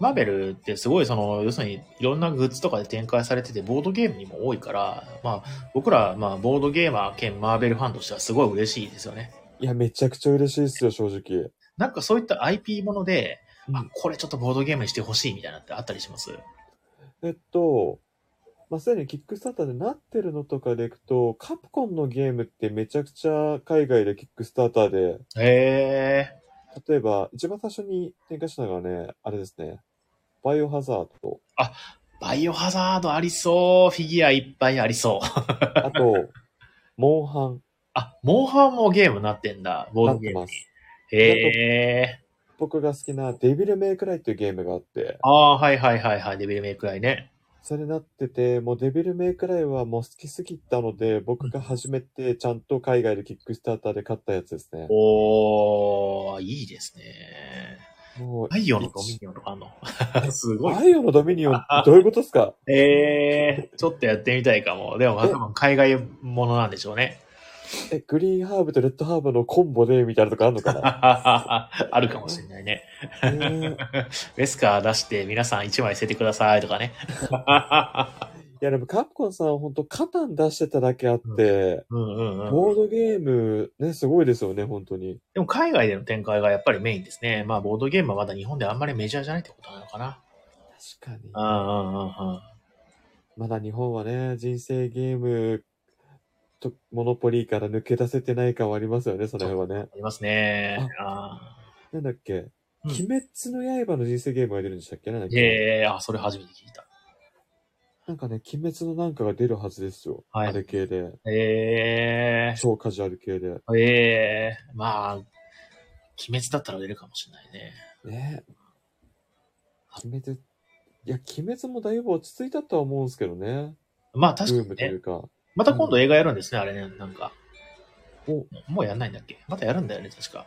マーベルってすごいその、要するにいろんなグッズとかで展開されてて、ボードゲームにも多いから、まあ僕ら、まあボードゲーマー兼マーベルファンとしてはすごい嬉しいですよね。
いや、めちゃくちゃ嬉しいですよ、正直。
なんかそういった IP もので、
う
あ
ん、
これちょっとボードゲームにしてほしいみたいなのってあったりします
えっと、まあ、すでにキックスターターでなってるのとかでいくと、カプコンのゲームってめちゃくちゃ海外でキックスターターで、
へえ。
例えば、一番最初に展開したのがね、あれですね、バイオハザード、
バイオハザードありそう。フィギュアいっぱいありそう。
あ
(laughs)
と、モンハン、
あ、モンハンもゲームになってんだ。ボー
な
ド
っ
ゲー
て
ム
ま
に。
す。
へえ。
僕が好きなデビルメイクライっていうゲームがあって、
ああー、はいはいはいはい。デビルメイクライね。
それなってて、もうデビルメイクライはもう好きすぎたので、僕が初めてちゃんと海外でキックスターターで買ったやつですね。
おー、いいですね。
もう、
太陽のドミニオンとかあんの (laughs) すごい。
バイオのドミニオンってどういうことですか
えー、ちょっとやってみたいかも。でも、多分海外ものなんでしょうね。 (laughs)
え、グリーンハーブとレッドハーブのコンボで、みたいなとこあるのか
(laughs)
な
あるかもしれないね。
えーい
ウェスカー出して皆さん1枚捨ててくださいとかね。 (laughs)
や、でもカプコンさんほんとカタン出してただけあって、
うんうんう
ボ
ん。
ードゲームね、すごいですよね、本当に。
でも海外での展開がやっぱりメインですね。まあ、ボードゲームはまだ日本であんまりメジャーじゃないってことなのかな。
確かに
う。んうんうんうん。
まだ日本はね、人生ゲームと、モノポリーから抜け出せてない感はありますよね、その辺はね。
ありますね。あー
なんだっけ、
うん
鬼滅の刃の人生ゲームが出るんでしたっけなんだっけ、
ええあ、それ初めて聞いた。
なんかね、鬼滅のなんかが出るはずですよ。
はい
あれ系で。
ええ
超カジュアル系で。
ええまあ、鬼滅だったら出るかもしれないね。
ね鬼滅、いや、鬼滅もだいぶ落ち着いたとは思うんですけどね。
まあ
ブ
確
ー
か
ム
に
とい
ね。
うか。
また今度映画やるんですね、あれね、なんか。
お、
もうやんないんだっけまたやるんだよね、確か。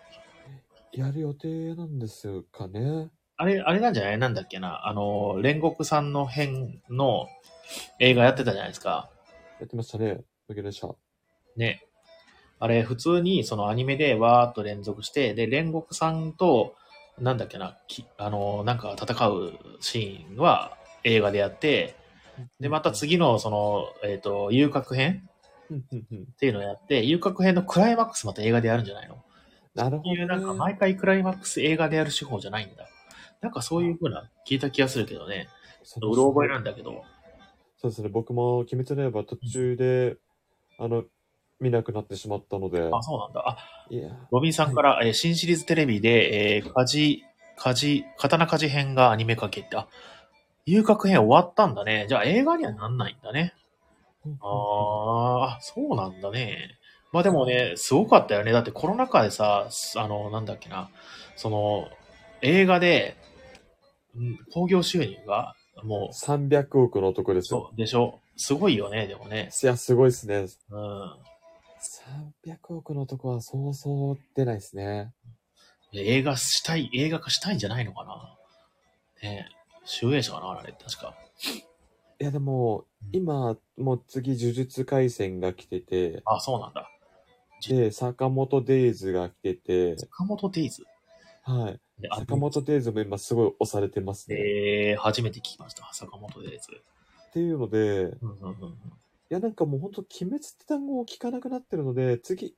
やる予定なんですかね。
あれ、あれなんじゃないなんだっけな。あの、煉獄さんの編の映画やってたじゃないですか。
やってましたね。無限列車。
ね。あれ、普通にそのアニメでわーっと連続して、で、煉獄さんと、なんだっけな、きあの、なんか戦うシーンは映画でやって、で、また次の、その、えっ、と、遊郭編
うん。うんうんうん
っていうのをやって、遊郭編のクライマックスまた映画でやるんじゃないの
なる
って
ほ
いう、なんか
ど、ね。
毎回クライマックス映画でやる手法じゃないんだ。なんかそういうふうな聞いた気がするけどね。
そう
ろ覚えなんだけど。
そうですね。僕も鬼滅の刃途中で、あの、見なくなってしまったので。
あ、そうなんだ。あ、
いや。
ロビンさんから、えー新シリーズテレビで、えー、カジ、カジ、刀鍛冶編がアニメ化けって、あ、遊郭編終わったんだね。じゃあ映画にはなんないんだね。あーあ、そうなんだね。まあでもね、すごかったよね。だってコロナ禍でさ、すあの、なんだっけな、その、映画で、うん興行収入が、もう、
300億の男ですよ。
そう、でしょ。すごいよね、でもね。
いや、すごいですね。
うん。
300億の男はそうそう出ないですね。
映画したい、映画化したいんじゃないのかな。ねえ、集英社かな、あれ、確か。
いや、でも、今、もう次、呪術廻戦が来てて、
あ、そうなんだ。
で、坂本デイズが来てて、
坂本デイズ。
はい。
であ
坂本デイズも今すごい押されてますね。
えー、初めて聞きました。坂本デイズ。
っていうので、
うんうんうんうん
いやなんかもう本当鬼滅って単語を聞かなくなってるので、次、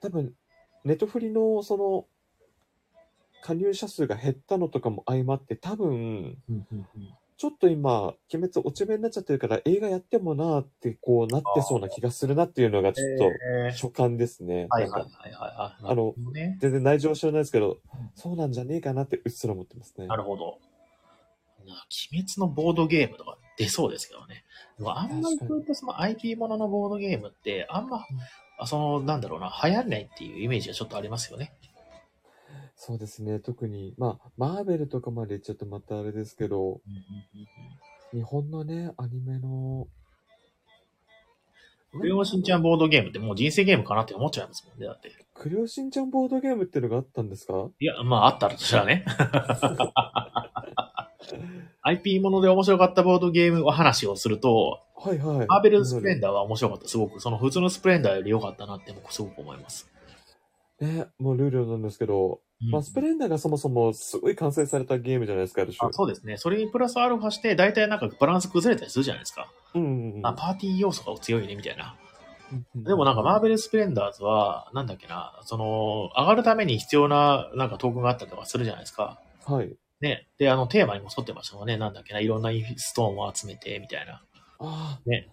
多分、ネトフリのその、加入者数が減ったのとかも相まって、多分、
うんうんうん
ちょっと今、鬼滅落ち目になっちゃってるから映画やってもなーってこうなってそうな気がするなっていうのがちょっと
えー
所感ですね。
はい
な
はい
ん
は
か
いはい。
あ
な
の
るほどね、
全然内情は知らないですけど、そうなんじゃねえかなってうっすら思ってますね。
なるほど。な鬼滅のボードゲームとか出そうですけどね。でもあんまりこ
確か
うい
に
ったその IP もののボードゲームって、あんま
うん、
あその、なんだろうな、流行んないっていうイメージがちょっとありますよね。
そうですね。特に、まあ、マーベルとかまで行っちゃうとまたあれですけど、日本のね、アニメの、
クレヨンしんちゃんボードゲームってもう人生ゲームかなって思っちゃいますもんね、だって。
クレヨンしんちゃんボードゲームっていうのがあったんですか
いや、まあ、あったらとしたら
(laughs)
ね。IP もので面白かったボードゲーム話をすると、
はいはい。
マーベルスプレン
ダ
ダーは面白かった。すごく、その普通のスプレンダーより良かったなって僕すごく思います。
ー。ね、もうルールなんですけど、まあ、スプ
ン
レンダーがそもそもすごい完成されたゲームじゃないですか、ある種。
そうですね。それにプラスアルファして、大体なんかバランス崩れたりするじゃないですか。
うんうんうん。
あ、パーティー要素が強いね、みたいな。
うんうん、
でもなんかマーベ
ベ
ルスプレンダーズは、なんだっけな、その、上がるために必要ななんかトークンがあったりとかするじゃないですか。
ル。はい。
ね。で、あの、テーマにも沿ってましたもんね。なんだっけな、いろんなインストーンを集めて、みたいな。
ああ。
ね。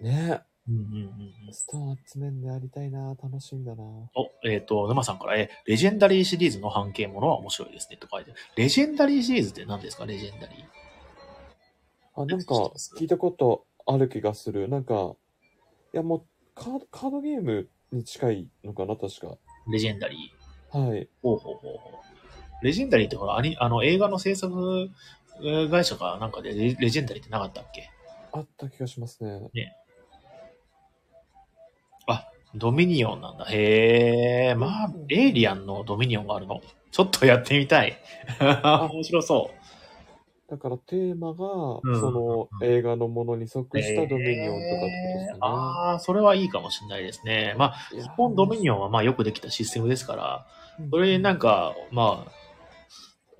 ね
うんうんうんうん
ストーン集めんでやりたいな楽しみだな
お、えっ、と、沼さんから、え、レジェンダリーシリーズの半径ものは面白いですね、と書いてある。レジェンダリーシリーズって何ですか、レジェンダリー。
あ、なんか、聞いたことある気がする。なんか、いやもう、カード、カードゲームに近いのかな、確か。
レジェンダリー。
はい。
ほうほうほうほう。レジェンダリーってほら、アニあの映画の制作えー会社かなんかでレレジェンダリーってなかったっけ
あった気がしますね。
あ、ドミニオンなんだ。へえ、まあ、エイリアンのドミニオンがあるのちょっとやってみたい。面白そ (laughs)
だからテーマが、
うん
その
うん
映画のものに即
う。
したドミニオンとかってことです
へー
か
ああ、それはいいかもしれないですね。まあ、
ね。
日本ドミニ
オ
オンはまあよくできたシステムですから、
ン
それになん、か、まあ、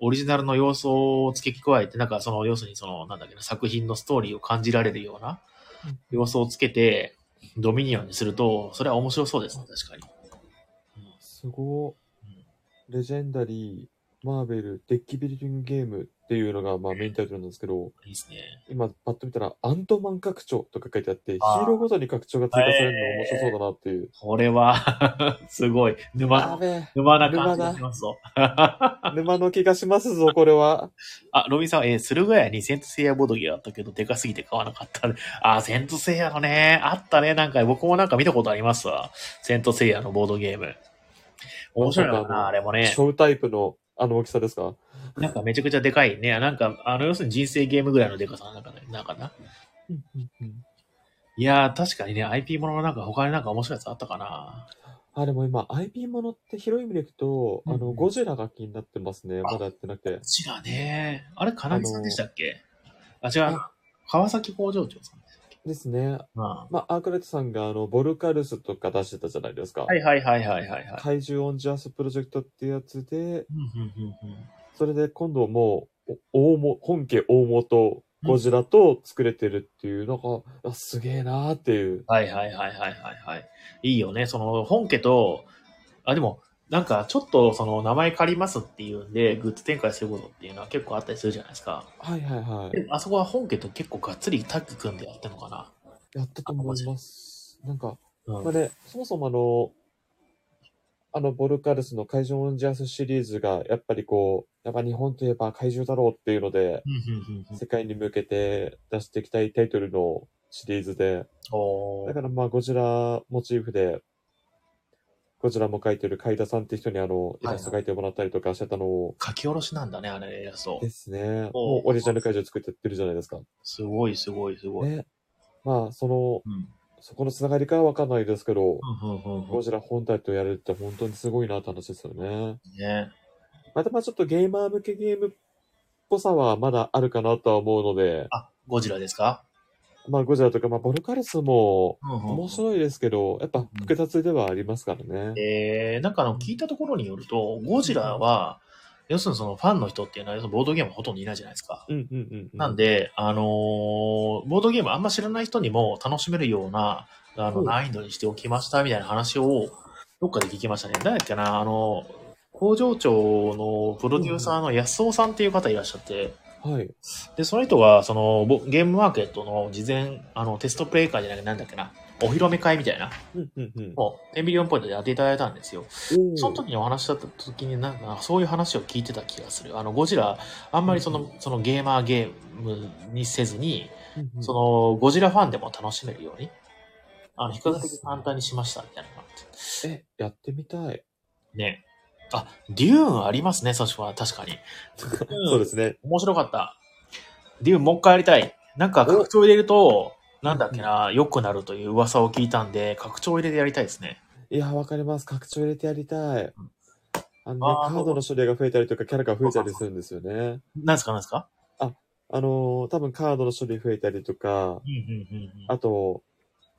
オリジナルの要素を付け加えて、なんかその、要するにその、なんだっけな、作品のストーリーを感じられるような
うん
要素をつけて、ドミニオンにすると、それは面白そうですね、確かに。
すごい。レジェンダリー、マーベル、デッキビルディングゲームっていうのが、まあメインタイトルなんですけど、
いいですね。
今、パッと見たら、アントマン拡張とか書いてあって、ヒ
あー
ーローごとに拡張が追加されるの面白そうだなっていう。
これは、 (laughs) すごい。
や
沼、
べえ。
沼な感じがしますぞ。
沼の気がしますぞ、これは。
あ、ロビンさんは、えー、駿河屋にセントセイヤボドゲがあったけど、でかすぎて買わなかった。あー、セントセイヤのね、あったね。なんか、僕もなんか見たことありますわ。セントセイヤのボードゲーム。面白いのかな、あれもね
シ。ョータイプの、あの大きさですか
なんかめちゃくちゃでかいね。なんか、あの、要するに人生ゲームぐらいのでかさなんかねなんかな。いやー、確かにね、IP もののなんか他になんか面白いやつあったかな。
あ、でも今、IP ものって広い意味でいくと、あ
うん
の、
うん
ゴジラが気になってますね。まだやってなくて
う。ちらね。あれ、金木さんでしたっけあ違うな。川崎工場長さんでしたっけ
ですね。
ま
まあ、アークレットさんが、あの、ボルカルスとか出してたじゃないですか。
あ。はいはいはいはいはいはい。
怪獣オンジャースプロジェクトっていうやつで、
うんうんうんうん
それで今度もう、お大も、本家大元、ゴジラと作れてるっていう、なんか、あすげえなーっていう。
はいはいはいはいはいはい。いいよね。その本家と、あ、でも、なんかちょっとその名前借りますっていうんで、グッズ展開することっていうのは結構あったりするじゃないですか。
はいはいは
であそこは本家と結構がっつりタッグ組んでやってるのかな。
い。やったと思います。なんか、
うん
まあね、そもそもあの、あの、ボルカルスの怪獣オンジャースシリーズが、やっぱりこう、やっぱ日本といえば怪獣だろうっていうので、
うんうんうん
世界に向けて出していきたいタイトルのシリーズで、
お
だ
ー
からまあ、ゴジラモチーフで、ゴジラも描いてる海田さんって人にあの、イラスト描いてもらったりとかしてたのを、
書き下ろしなんだね、あれ、イラスト
で。すね。
お
もうオリジナル怪獣作ってってるじゃないですか。
すごいすごいすごい。
ね。まあ、その、
うん
そこのつながりかはわかんないですけど、
うんうんうんう
ゴジラ本体とやれるって本当にすごいなって話ですよね。
んね
またまあちょっとゲーマー向けゲームっぽさはまだあるかなとは思うので、
あ、ゴジラですか
まあ、ゴジラとか、まあ、ボルカルスも面
面い。
白いですけど、やっぱ複雑ではありますからね。
えー、なんかあの聞いたところによると、ゴジラは、要するにそのファンの人っていうのは、ボードゲームほとんどいないじゃないですか。
うんうんうんうん。
なんで、あのーボードゲームあんま知らない人にも楽しめるような、あの、
うん
難易度にしておきましたみたいな話を、どっかで聞きましたね。誰だっけな、あの、工場長のプロデューサーの安尾さんっていう方いらっしゃって、
はい。
で、その人が、その、ボゲームマーケットの事前、あの、テストプレイ会じゃなくて、なんだっけな、お披露目会みたいな、
うんうんうん。
もう、エミリオンポイントでやっていただいたんですよ。
おー
その時にお話だった時に、なんか、そういう話を聞いてた気がする。あの、ゴジラ、あんまりその、そのゲーマーゲームにせずに、
うんうん
その、ゴジラファンでも楽しめるように、あの、比較的簡単にしました、みたいな感じ。
え、やってみたい。
ね。あ、デューンありますね、そしは確かに。
そうですね。
面白かった。デューンもう一回やりたい。なんか拡張入れると、なんだっけな、良くなるという噂を聞いたんで、拡張入れてやりたいですね。
いや、わかります。拡張入れてやりたい。あのね、
あー
カードの処理が増えたりとか、キャラが増えたりするんですよね。
なんですかなんですか
あのー、多分カードの処理増えたりとか、
うんうんうんうん。
あと、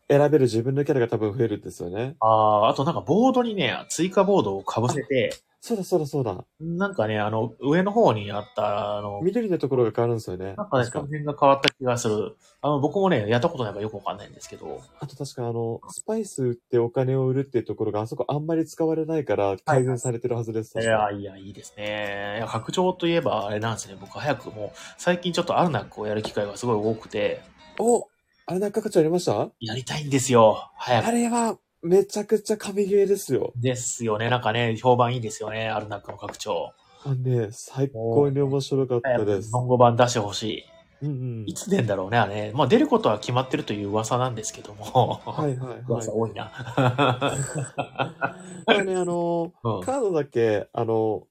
選べる自分のキャラが多分増えるんですよね。
あーあとなんかボードにね、追加ボードをかぶせて、
そうだそうだそうだ。
なんかね、あの、上の方にあった、あの、
緑のところが変わるんですよね。
なんかね、
確
その
か。
辺が変わった気がする。あの、僕もね、やったことないからよくわかんないんですけど、
あと確かあの、スパイス売ってお金を売るっていうところがあそこあんまり使われないから改善されてるはずです。
い
確か
や、いや、いいですね。いや、拡張といえば、あれなんですね。僕、早くもう、最近ちょっとアルナックをやる機会がすごい多くて、
おあれ中課長やりました
やりたいんですよ。早
あ
く。
れはめちゃくちゃ神ゲーですよ。
ですよね。なんかね、評判いいですよね。アルナックの拡張。
あのね、最高に面白かっ
早
た
く
で
日
す。
本語版出してほし
うんう
い。い
ん。
つ出んだろうね、あれ。まあ、出ることは決まってるという噂なんですけども。
はいはいはい
(laughs) 噂。多いな。
だからね、あの、
(laughs) うん
カードだけ、あの、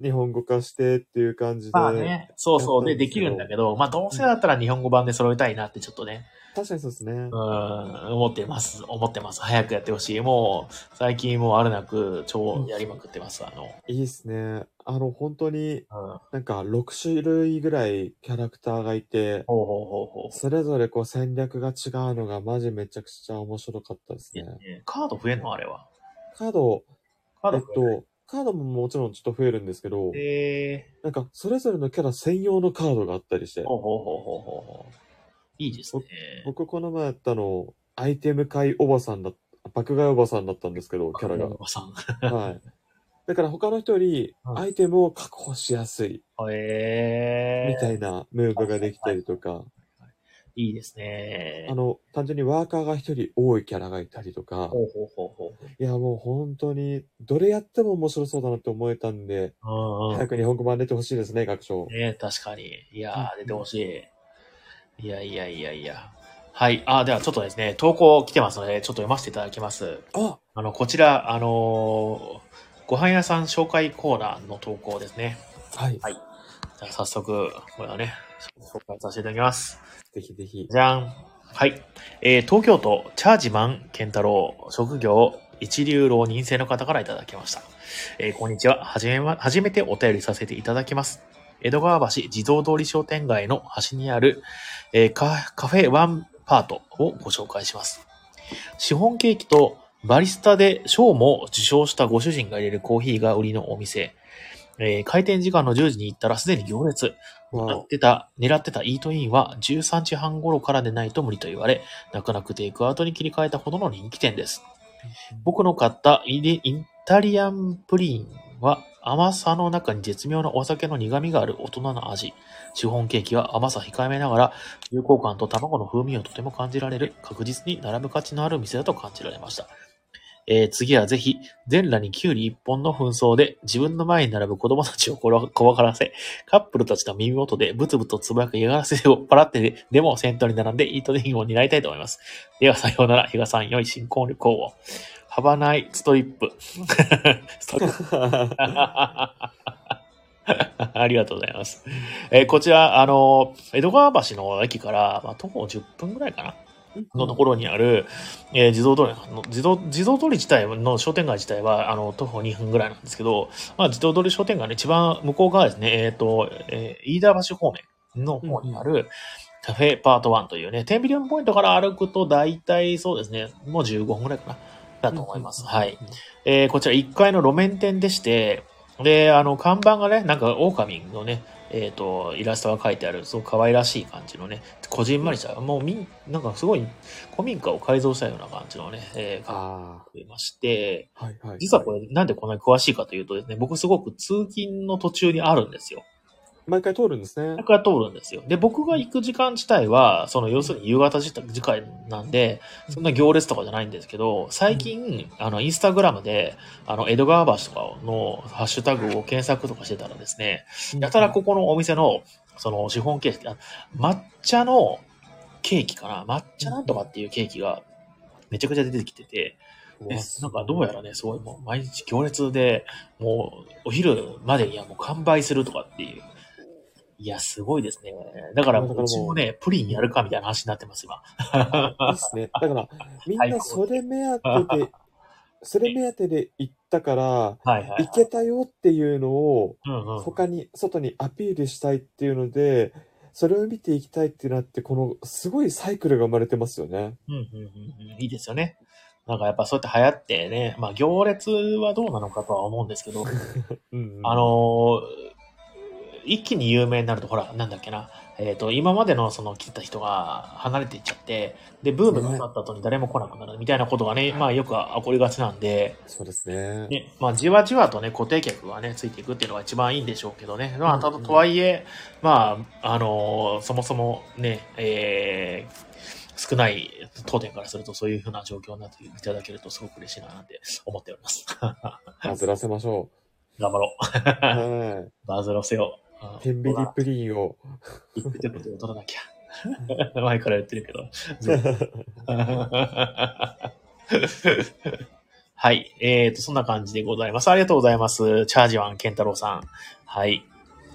日本語化してっていう感じで、
まあね、そうそう。で、
やったん
で
で
すき
けど
るんだけど、まあ、どうせだったら日本語版で揃えたいなってちょっとね、
確かにそうですね
う。ん、思ってます。思ってます。早くやってほしい。もう、最近もうあるなく、超やりまくってます。あの、
いいですね。あの、本当
う
に
ん、
なんか6種類ぐらいキャラクターがいて、
ほうほうほうほう。
それぞれこう戦略が違うのがマジめちゃくちゃ面白かったですね。
ねカード増えんのあれは。
カード、
カード
えっ
増える
と、カードももちろんちょっと増えるんですけど、
え
なんかそれぞれのキャラ専用のカードがあったりして
ー、、ほうほうほうほうほうほう。いいですね。
僕この前やったの、アイテム買いおばさんだ、爆買いおばさんだったんですけど、キャラが
お。ばさん。
はい。だから他の人より
うん
アイテムを確保しやすい
え
みた
ー、
いなムーブができたりとか、
いいですね
あ。の、単純にワーカーが一人多いキャラがいたりとか、
ほうほうほうほ
いやもう本当に、どれやっても面白そうだなって思えたんで、
う。うんう
早
ん。
く日本語版出てほしいですね、学長。
ね確かに。いやー、
うん
出てほしい。いやいやいやいや。はい。あ、ではちょっとですね、投稿来てますので、ちょっと読ませていただきます。
あ
あの、こちら、あのーご飯屋さん紹介コーナーの投稿ですね。
はい。
はいじゃあ早速、これはね、紹介させていただきます。
ぜひぜひ。
じゃん。はい。えー東京都、チャージマン健太郎、職業、一流浪人生の方からいただきました。えーこんにちは。はじめま、初めてお便りさせていただきます。江戸川橋自動通り商店街の端にある、えーカカフェワンパートをご紹介します。シフォンケーキとバリスタで賞も受賞したご主人が入れるコーヒーが売りのお店。えー開店時間の10時に行ったらすでに行列。
わ
狙
あ
っ。てた、狙ってたイートインは13時半頃からでないと無理と言われ、泣く泣くテイクアウトに切り替えたほどの人気店です。僕の買ったイデイタリアンプリンは甘さの中に絶妙なお酒の苦味がある大人の味。シフォンケーキは甘さ控えめながら、重厚感と卵の風味をとても感じられる、確実に並ぶ価値のある店だと感じられました。えー次はぜひ、全裸にキュウリ1本の紛争で自分の前に並ぶ子供たちをこわ怖がらせ、カップルたちの耳元でブツブツつぶやく嫌がらせを払ってで、でも先頭に並んでイートインを担いたいと思います。ではさようなら、比嘉さん、良い新婚旅行を。ハバナイストリップ。 (laughs) ストリップありがとうございます。えーこちら、あの、江戸川橋の駅から、まあ、徒歩10分ぐらいかな。のところにある、えー自動通りの自動、自動通り自体の商店街自体は、あの、徒歩2分ぐらいなんですけど、まあ、自動通り商店街の一番向こう側ですね、えっ、と、えー飯田橋方面の方にある、カフェパート1というね、10ビリオンポイントから歩くと大体そうですね、もう15分ぐらいかな、だと思います。はい。。えーこちら1階の路面店でして、で、あの、看板がね、なんか、オオカミのね、えっ、と、イラストが書いてある、すごく可愛らしい感じのね、こじんまりした、もうみん、なんかすごい、古民家を改造したような感じのね、えー、感
あ
じまして、
あ、はいはい。
実はこれ、なんでこんなに詳しいかというとですね、僕すごく通勤の途中にあるんですよ。
毎回通るんです (laughs) ね。
僕は通るんですよ。で、僕が行く時間自体は、その、要するに夕方時時間なんで、そんな行列とかじゃないんですけど、最近、あの、インスタグラムで、あの、江戸川橋とかのハッシュタグを検索とかしてたらですね、やたらここのお店の、その、シフォンケーキ、あ抹茶のケーキかな抹茶なんとかっていうケーキが、めちゃくちゃ出てきてて、
う
で
わ
なんかどうやらね、すごいもう毎日行列で、もうお昼までにはもう完売するとかっていう。いや、すごいですね。だからもううちもね、プリンやるかみたいな話になってます、今。
いいですね。だから、みん
最高
なそれ目当て (laughs) で、それ目当てで行ったから、
はいはい。
行けたよっていうのを、
うんうん。
他に、外にアピールしたいっていうので、それを見ていきたいってなって、この、すごいサイクルが生まれてますよね。
うんうんうんうん。いいですよね。なんかやっぱそうやって流行ってね、まあ行列はどうなのかとは思うんですけど、
うんうん
あ、のー一気に有名になると、ほら、なんだっけな、えっ、と、今までのその来てた人が離れていっちゃって、で、ブームが去った後に誰も来なくなるみたいなことがね、まあよく起こりがちなんで、
そうですね。
ね、まあじわじわとね、固定客がね、ついていくっていうのが一番いいんでしょうけどね、まあ、た
うんうん
とはいえ、まあ、あのーそもそもね、えー少ない当店からするとそういうふうな状況になっていただけるとすごく嬉しいななんて思っております。 (laughs)
バズらせましょ (laughs)
頑張ろう。
う。は
バズらせよう。うん
い。天秤プリンを。
ビッグテンポで踊らなきゃ。 (laughs) 前から言ってるけど。
(laughs)
ぜひはい。えっ、と、そんな感じでございます。ありがとうございます。チャージワン、ケンタロウさん。はい。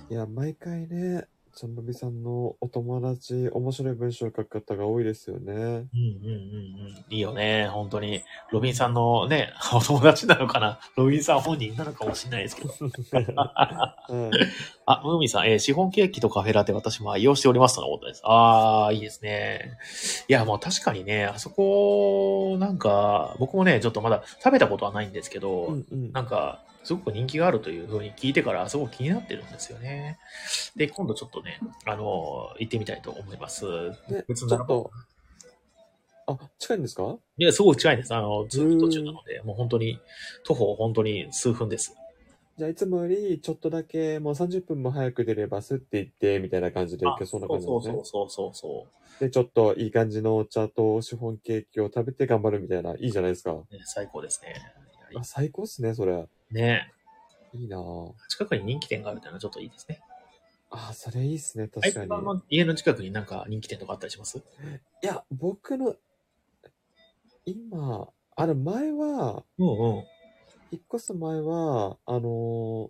いや、毎回ね、ちゃんのびさんのお友達、面白い文章を書く方が多いですよね。
うんうんうんうん。いいよね。本当に。ロビンさんのね、お友達なのかな。ロビンさん本人なのかもしれないですけど。 (laughs)
はい
あ、ムーミンさん、えーシフォンケーキとカフェラテ私も愛用しておりますとのことです。あー、いいですね。いや、もう確かにね、あそこ、なんか、僕もね、ちょっとまだ食べたことはないんですけど、
うんうん
なんか、すごく人気があるというふうに聞いてから、すごく気になってるんですよね。で、今度ちょっとね、あの、行ってみたいと思います。
ね
別
ち
に
ょっと、あ、近いんですか
いや、すごい近いです。あの、ずっと途中なので、もう本当に、徒歩本当に数分です。
じゃあ、いつもよりちょっとだけ、もう30分も早く出ればすって言って、みたいな感じでいけそうな感じ
そ
で
う
す
そう。そ
ね
うそうそう。
で、ちょっといい感じのお茶とシフォンケーキを食べて頑張るみたいな、いいじゃないですか。
ね最高ですね。
あ、最高っすね、それ。
ね
いいなぁ
近くに人気店があるっていうのはちょっといいですね。
あ、それいいっすね、
あい
確
つ
かに。
さんの家の近くになんか人気店とかあったりします
いや、僕の、今、あれ、前は、
うんうん。
引っ越す前は、あのー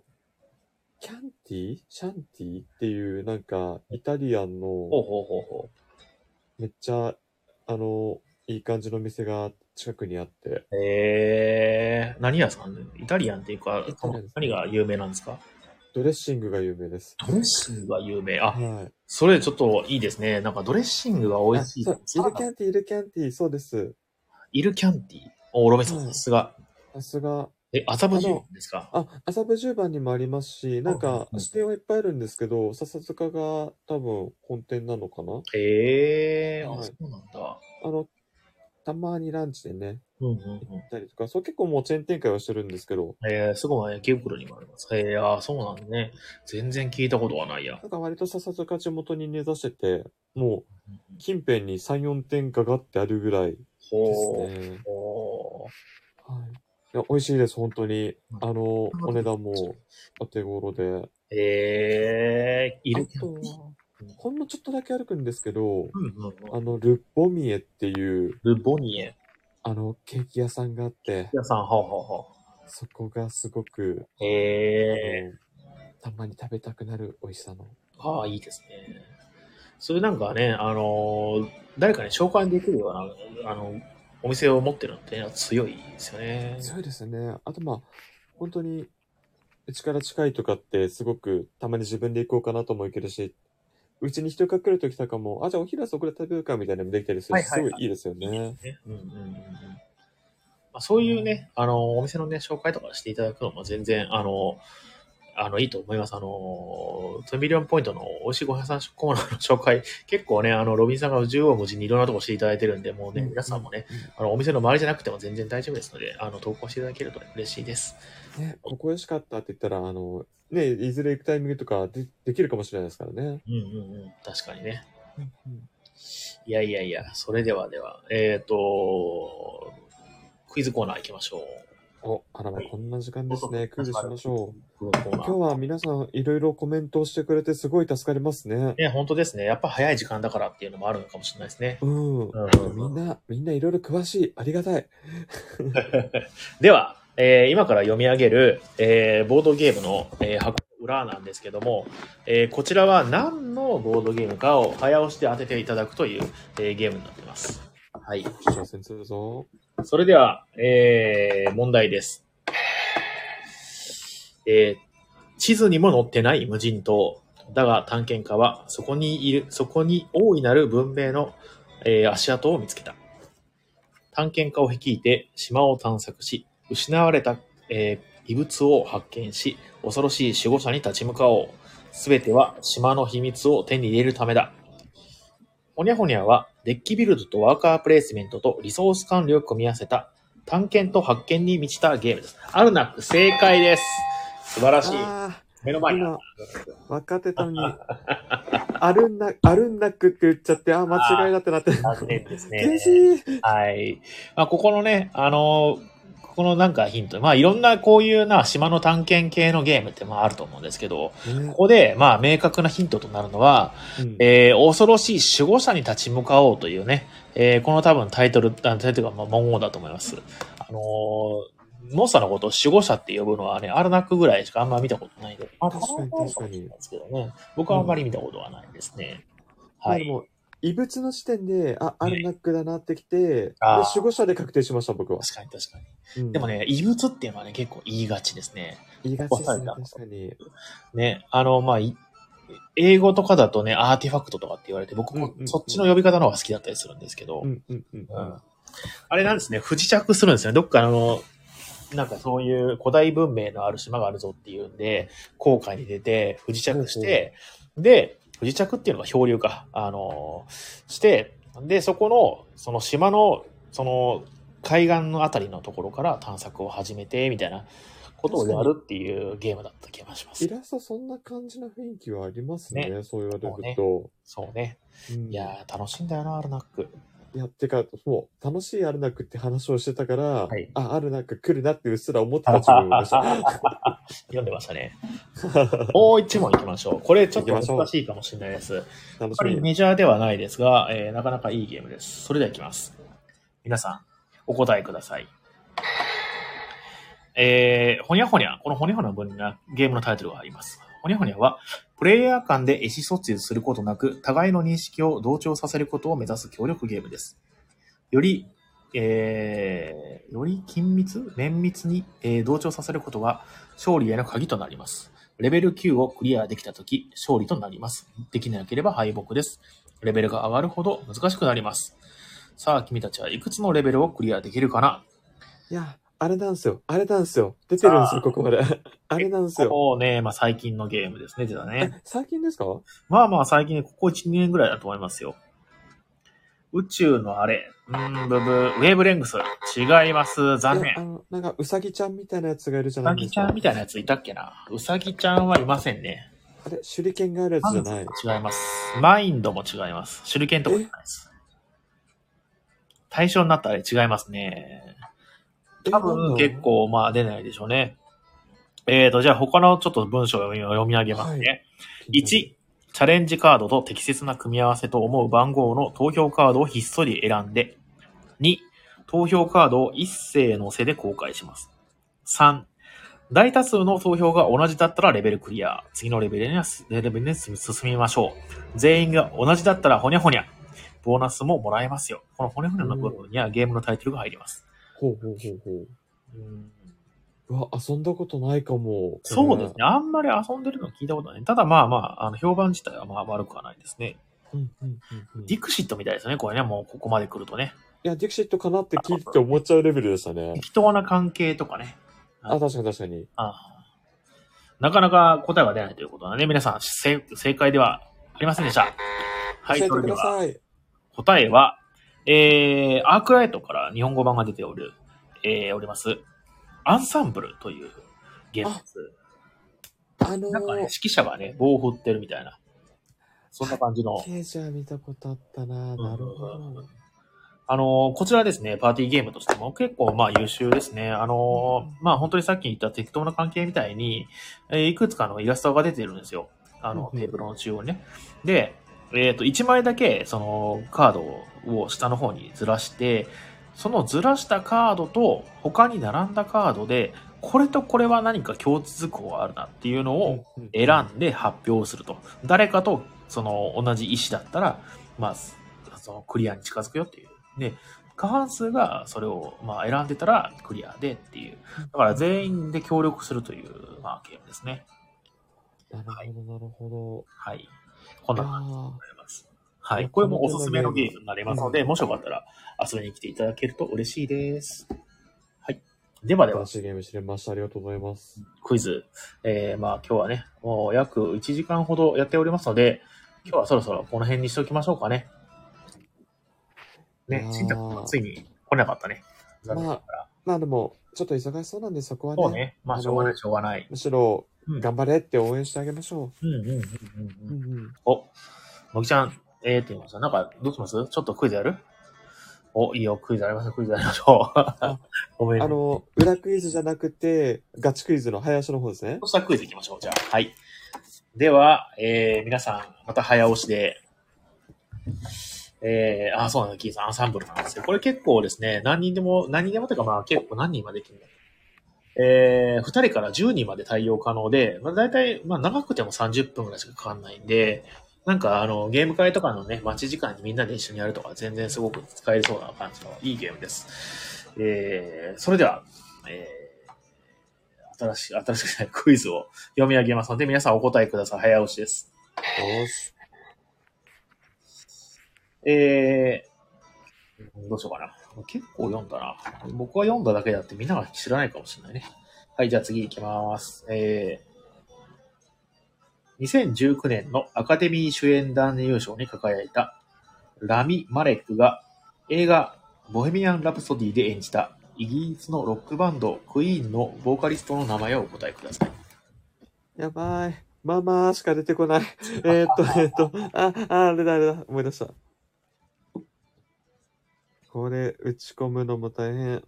キャンティシャンティっていう、なんか、イタリアン
ほう
の、
ほうほうほ
めっちゃ、あのーいい感じの店が近くにあって、
う。へえー、何屋さんイタリアンっていうか
イタリアンですね、
何が有名なんですか
ドレッシングが有名です。
ドレッシングが有名。あ、
はい。
それちょっといいですね。なんかドレッシングが美味しい。
あそうイルキャンティイルキャンティそうです。
イルキャンティー。お、ロメさん、
うん
さすが。
さすが、
え、麻布十番ですか
あ、麻布十番にもありますし、なんか、
うん
支店はいっぱいあるんですけど、笹塚が多分本店なのかな
へえー、
は
あ、
い
そうなんだ。
あの、たまにランチでね、
うんうんう
行
ん
っ。たりとか、そう結構もうチェーン展開はしてるんですけど、
えー、すごい、池袋にもあります。えー、あー、そうなんだね。全然聞いたことはないや
な。んか割と笹塚地元に根ざしてて、もう近辺に3、4店かがってあるぐらいです
ほう。
ね。
ほう
はい。いや、美味しいです、本当に
う。ん
あの、お値段もお手頃で。
えー、イルキャ
あと
ンティー。
は、ほんのちょっとだけ歩くんですけど、
うんうんうん
あの、ルッボミエっていう、
ルボニエ。
あの、ケーキ屋さんがあって、
皆さん、ほうほうほ
そこがすごく、
う。え
あのたまに食べたくなる美味しさの。
ー、ああ、いいですね。それなんかね、あのー誰かに紹介できるような、あの、お店を持ってるのって強いですよね。
そうですね。あとまあ、本当に、うちから近いとかってすごく、たまに自分で行こうかなとも行けるし、うちに人が来るときとかも、あ、じゃあお昼はそこで食べるかみたいなのもできたりするし、
はいはい
すごいいいですよね。
ねうんうんうんうんまあ、そういうね、あの、お店のね、紹介とかしていただくのも全然、あの、あの、いいと思います。あの、トゥミリオンポイントの美味しいご飯屋さんコーナーの紹介、結構ね、あの、ロビンさんが縦横無尽にいろんなとこしていただいてるんで、もうね、
うん
皆さんもね、あの、お店の周りじゃなくても全然大丈夫ですので、あの、投稿していただけるとね、嬉しいです。
ね、ここ美味しかったって言ったら、あの、ね、いずれ行くタイミングとかでできるかもしれないですからね。
うんうんうん、確かにね。いやいやいや、それではでは、えっ、と、クイズコーナー行きましょう。
お、あらま、こんな時間ですね。クイズしましょう。
クイズコーナ
今
ー
日は皆さんいろいろコメントをしてくれてすごい助かりますね。
ね、本当ですね。やっぱ早い時間だからっていうのもあるのかもしれないですね。
うん。
うん
みんな、みんないろいろ詳しい。ありがたい。
では、えー今から読み上げる、えーボードゲームの、えー箱の裏なんですけども、えーこちらは何のボードゲームかを早押しで当てていただくという、えーゲームになってます。はい。
挑戦するぞ。
それでは、えー問題です。えー地図にも載ってない無人島。だが探検家は、そこにいる、そこに大いなる文明の、えー足跡を見つけた。探検家を率いて島を探索し、失われた、えー遺物を発見し、恐ろしい守護者に立ち向かおう。すべては島の秘密を手に入れるためだ。ほにゃほにゃは、デッキビルドとワーカープレイスメントとリソース管理を組み合わせた、探検と発見に満ちたゲームです。あるな、正解です。素晴らしい。
あ
目の
あ、
前にある
今、分かってたのに、あるんな、あるんなくって言っちゃって、あー、間違いだってなって。
残念ですね。
悔しい。
はい。まあ、ここのね、あのーここのなんかヒント、まあ、いろんなこういうな、島の探検系のゲームってまああると思うんですけど、こ
ね
こで、まあ、明確なヒントとなるのは、
うん
えー恐ろしい守護者に立ち向かおうというね、えーこの多分タイトル、あタイトルがまあ文言だと思います。あのー、モンスターのことを守護者って呼ぶのはね、アルナックぐらいしかあんま見たことないんで、まあ、
確かに
たまにあるもしれないですけどね、僕はあんまり見たことはないですね。は
まあで
い。
も、異物の時点で、あ、アルナックだなってきて、で
あー、
守護者で確定しました、僕は。
確かに確かに。
うん
でも、ね、異物っていうのはね、結構言いがちですね。
言いがちですね、
わかる
確かに。
ね、あの、まあ、い英語とかだとね、アーティファクトとかって言われて、僕
う
も
んうんうん
そっちの呼び方の方が好きだったりするんですけど、
うんうんう
う
ん。
んあれなんですね、不時着するんですよね。どっかあの、なんかそういう古代文明のある島があるぞっていうんで、航海に出て、不時着して、で、不時着っていうのが漂流か、あのして、で、そこの、その島の、その、海岸のあたりのところから探索を始めて、みたいなことをやるっていうゲームだった気がします
イ。ラストそんな感じの雰囲気はありますね、
ね
そう言われると。
そうね。
う
い
ん
やー、楽しいんだよな、アルナック。
いや、てか、もう、楽しいアルナックって話をしてたから、
はい
あ、アルナック来るなってうっすら思ってた自分がいました。
読んでましたね。 (laughs) もう一問いきましょう。これちょっと
行きましょう
難しいかもしれないです。
楽
あま
し
り
み。
メジャーではないですが、えーなかなかいいゲームです。それではいきます。皆さん、お答えください。えー、ほにゃほにゃ、このほにゃほにゃの文になゲームのタイトルがあります。ほにゃほにゃは、プレイヤー間で意思疎通することなく、互いの認識を同調させることを目指す協力ゲームです。より、えー、より緊密、綿密に、えー同調させることは、勝利への鍵となります。レベル9をクリアできたとき、勝利となります。できなければ敗北です。レベルが上がるほど難しくなります。さあ、君たちはいくつのレベルをクリアできるかない
や、あれなんすよ、あれなんすよ。出てるんで
あ
す
ー
よ、ここまで。あれなんすよ。
もうね、まあ最近のゲームですね、出たね。
え最近ですか
まあまあ最近、ここ1、2年ぐらいだと思いますよ。宇宙のあれ、うーん、ブブー、ウェーブレングス。違います。残
いやあ
念。
の、なんか、うさぎちゃんみたいなやつがいるじ
う
ゃな
さ
いで
ぎ
す
ちゃ
か
ん。みたいなやついたっけなうさぎちゃんはいませんね。
あれ、手裏剣があるやつじゃな
違
い。
います。マインドも違います。手裏剣とかじゃないです。対象になったら違いますね。多分結構まあ出ないでしょうね。えーと、じゃあ他のちょっと文章を読み読み上げますね。
は
1、チャレンジカードと適切な組み合わせと思う番号の投票カードをひっそり選んで。2、投票カードを一斉のせで公開します。3、大多数の投票が同じだったらレベルクリア。次のレベルにはすレベルに進みましょう。全員が同じだったらほにゃほにゃ。ボーナスももらえますよ。このほにゃほにゃの部分にはゲームのタイトルが入ります。
ほうほうほうほう。
うん
うわ、遊んだことないかも。
そうですね。あんまり遊んでるの聞いたことない。ただまあまあ、あの評判自体はまあ悪くはないですね。
これね。うんうんうんうん。
デ
い
ィクシットみたいですね、これね。もうここまで来るとね。
や、ディクシットかなって聞いてて思っちゃうレベルでしたね。
適当な関係とかね。
あ、確かに確かに。
あーなかなか答えが出ないということなので、皆さん、正正解ではありませんでした。はい、
教え
そ
て
れ
く
で
だ
は、
さい。
答えは、えー、アークライトから日本語版が出ておる、えー、おります、アンサンブルというゲームです。
あの
なんかね、
ー、
指揮者がね、棒を振ってるみたいな、そんな感じの。
ケージャー見たことあったな。なるほ
うんうんう
ど
ん。あのーこちらですね、パーティーゲームとしても結構まあ優秀ですね。あのーまあ本当にさっき言った適当な関係みたいに、えーいくつかのイラストが出てるんですよ。あの、
うんうん
テーブルの中央にね。で、えっ、と、1枚だけそのカードを下の方にずらして、そのずらしたカードと他に並んだカードで、これとこれは何か共通項があるなっていうのを
うんうん
選んで発表すると。誰かとその同じ意思だったら、まあ、すそのクリアに近づくよっていう。で、過半数がそれをまあ選んでたらクリアでっていう。だから全員で協力するという、まあ、ゲームですね。
なるほど、なるほ
はい。こん
ど。
な感じで
あ
ございます。はい
や
い。これもおすすめの
この手
ゲ
のゲーム
ームになりますので、もしよかったら遊びに来ていただけると嬉しいです。はい。ではで
あ、
は
新。しいゲーム知れました。ありがとうございます。
クイズ、えー、まあ今日はね、もう約1時間ほどやっておりますので、今日はそろそろこの辺にしておきましょうかね。
いや
ね、
ー
新宅君はついに来なかったね。残念な
ま
がら。
まあでも、ちょっと忙しそうなんで、そこはね。
そうね、まあしょうがない、しょうがない。
むしろ、
うん
頑張れって応援してあげましょ
うんうんうんうんう
う。
ん。
うんうん
お、もぎちゃん、えーって言いました。なんか、どうしますちょっとクイズやるお、いいよ、クイズやりましょう、クイズやりましょう。 (laughs) ごめんね
あ。の、裏クイズじゃなくて、ガチクイズの早押しの方ですね
そ。したらクイズいきましょう、じゃあ。はい。では、えー、皆さん、また早押しで、えー、あ、そうなんだ、キーさん、アンサンブルなんですよ。これ結構ですね、何人でも、何人でもというか、まあ結構何人までできるんだえー、2人から10人まで対応可能で、まあ大体、まあ長くても30分ぐらいしかかかんないんで、なんかあの、ゲーム会とかのね、待ち時間にみんなで一緒にやるとか、全然すごく使えそうな感じのいいゲームです。えー、それでは、えー、新しい、新しくないクイズを読み上げますので、皆さんお答えください。早押しです。
よし。
えー、どうしようかな。結構読んだな。僕は読んだだけだってみんなが知らないかもしれないね。はい、じゃあ次行きます。えー、2019年のアカデミー主演男優賞に輝いたラミ・マレックが映画ボヘミアン・ラプソディで演じたイギリスのロックバンドクイーンのボーカリストの名前をお答えください。
やばい。ママしか出てこない。 (laughs) えーっと、えーっと、あ、あ、あれだ、あれだ。思い出した。これ、打ち込むのも大変。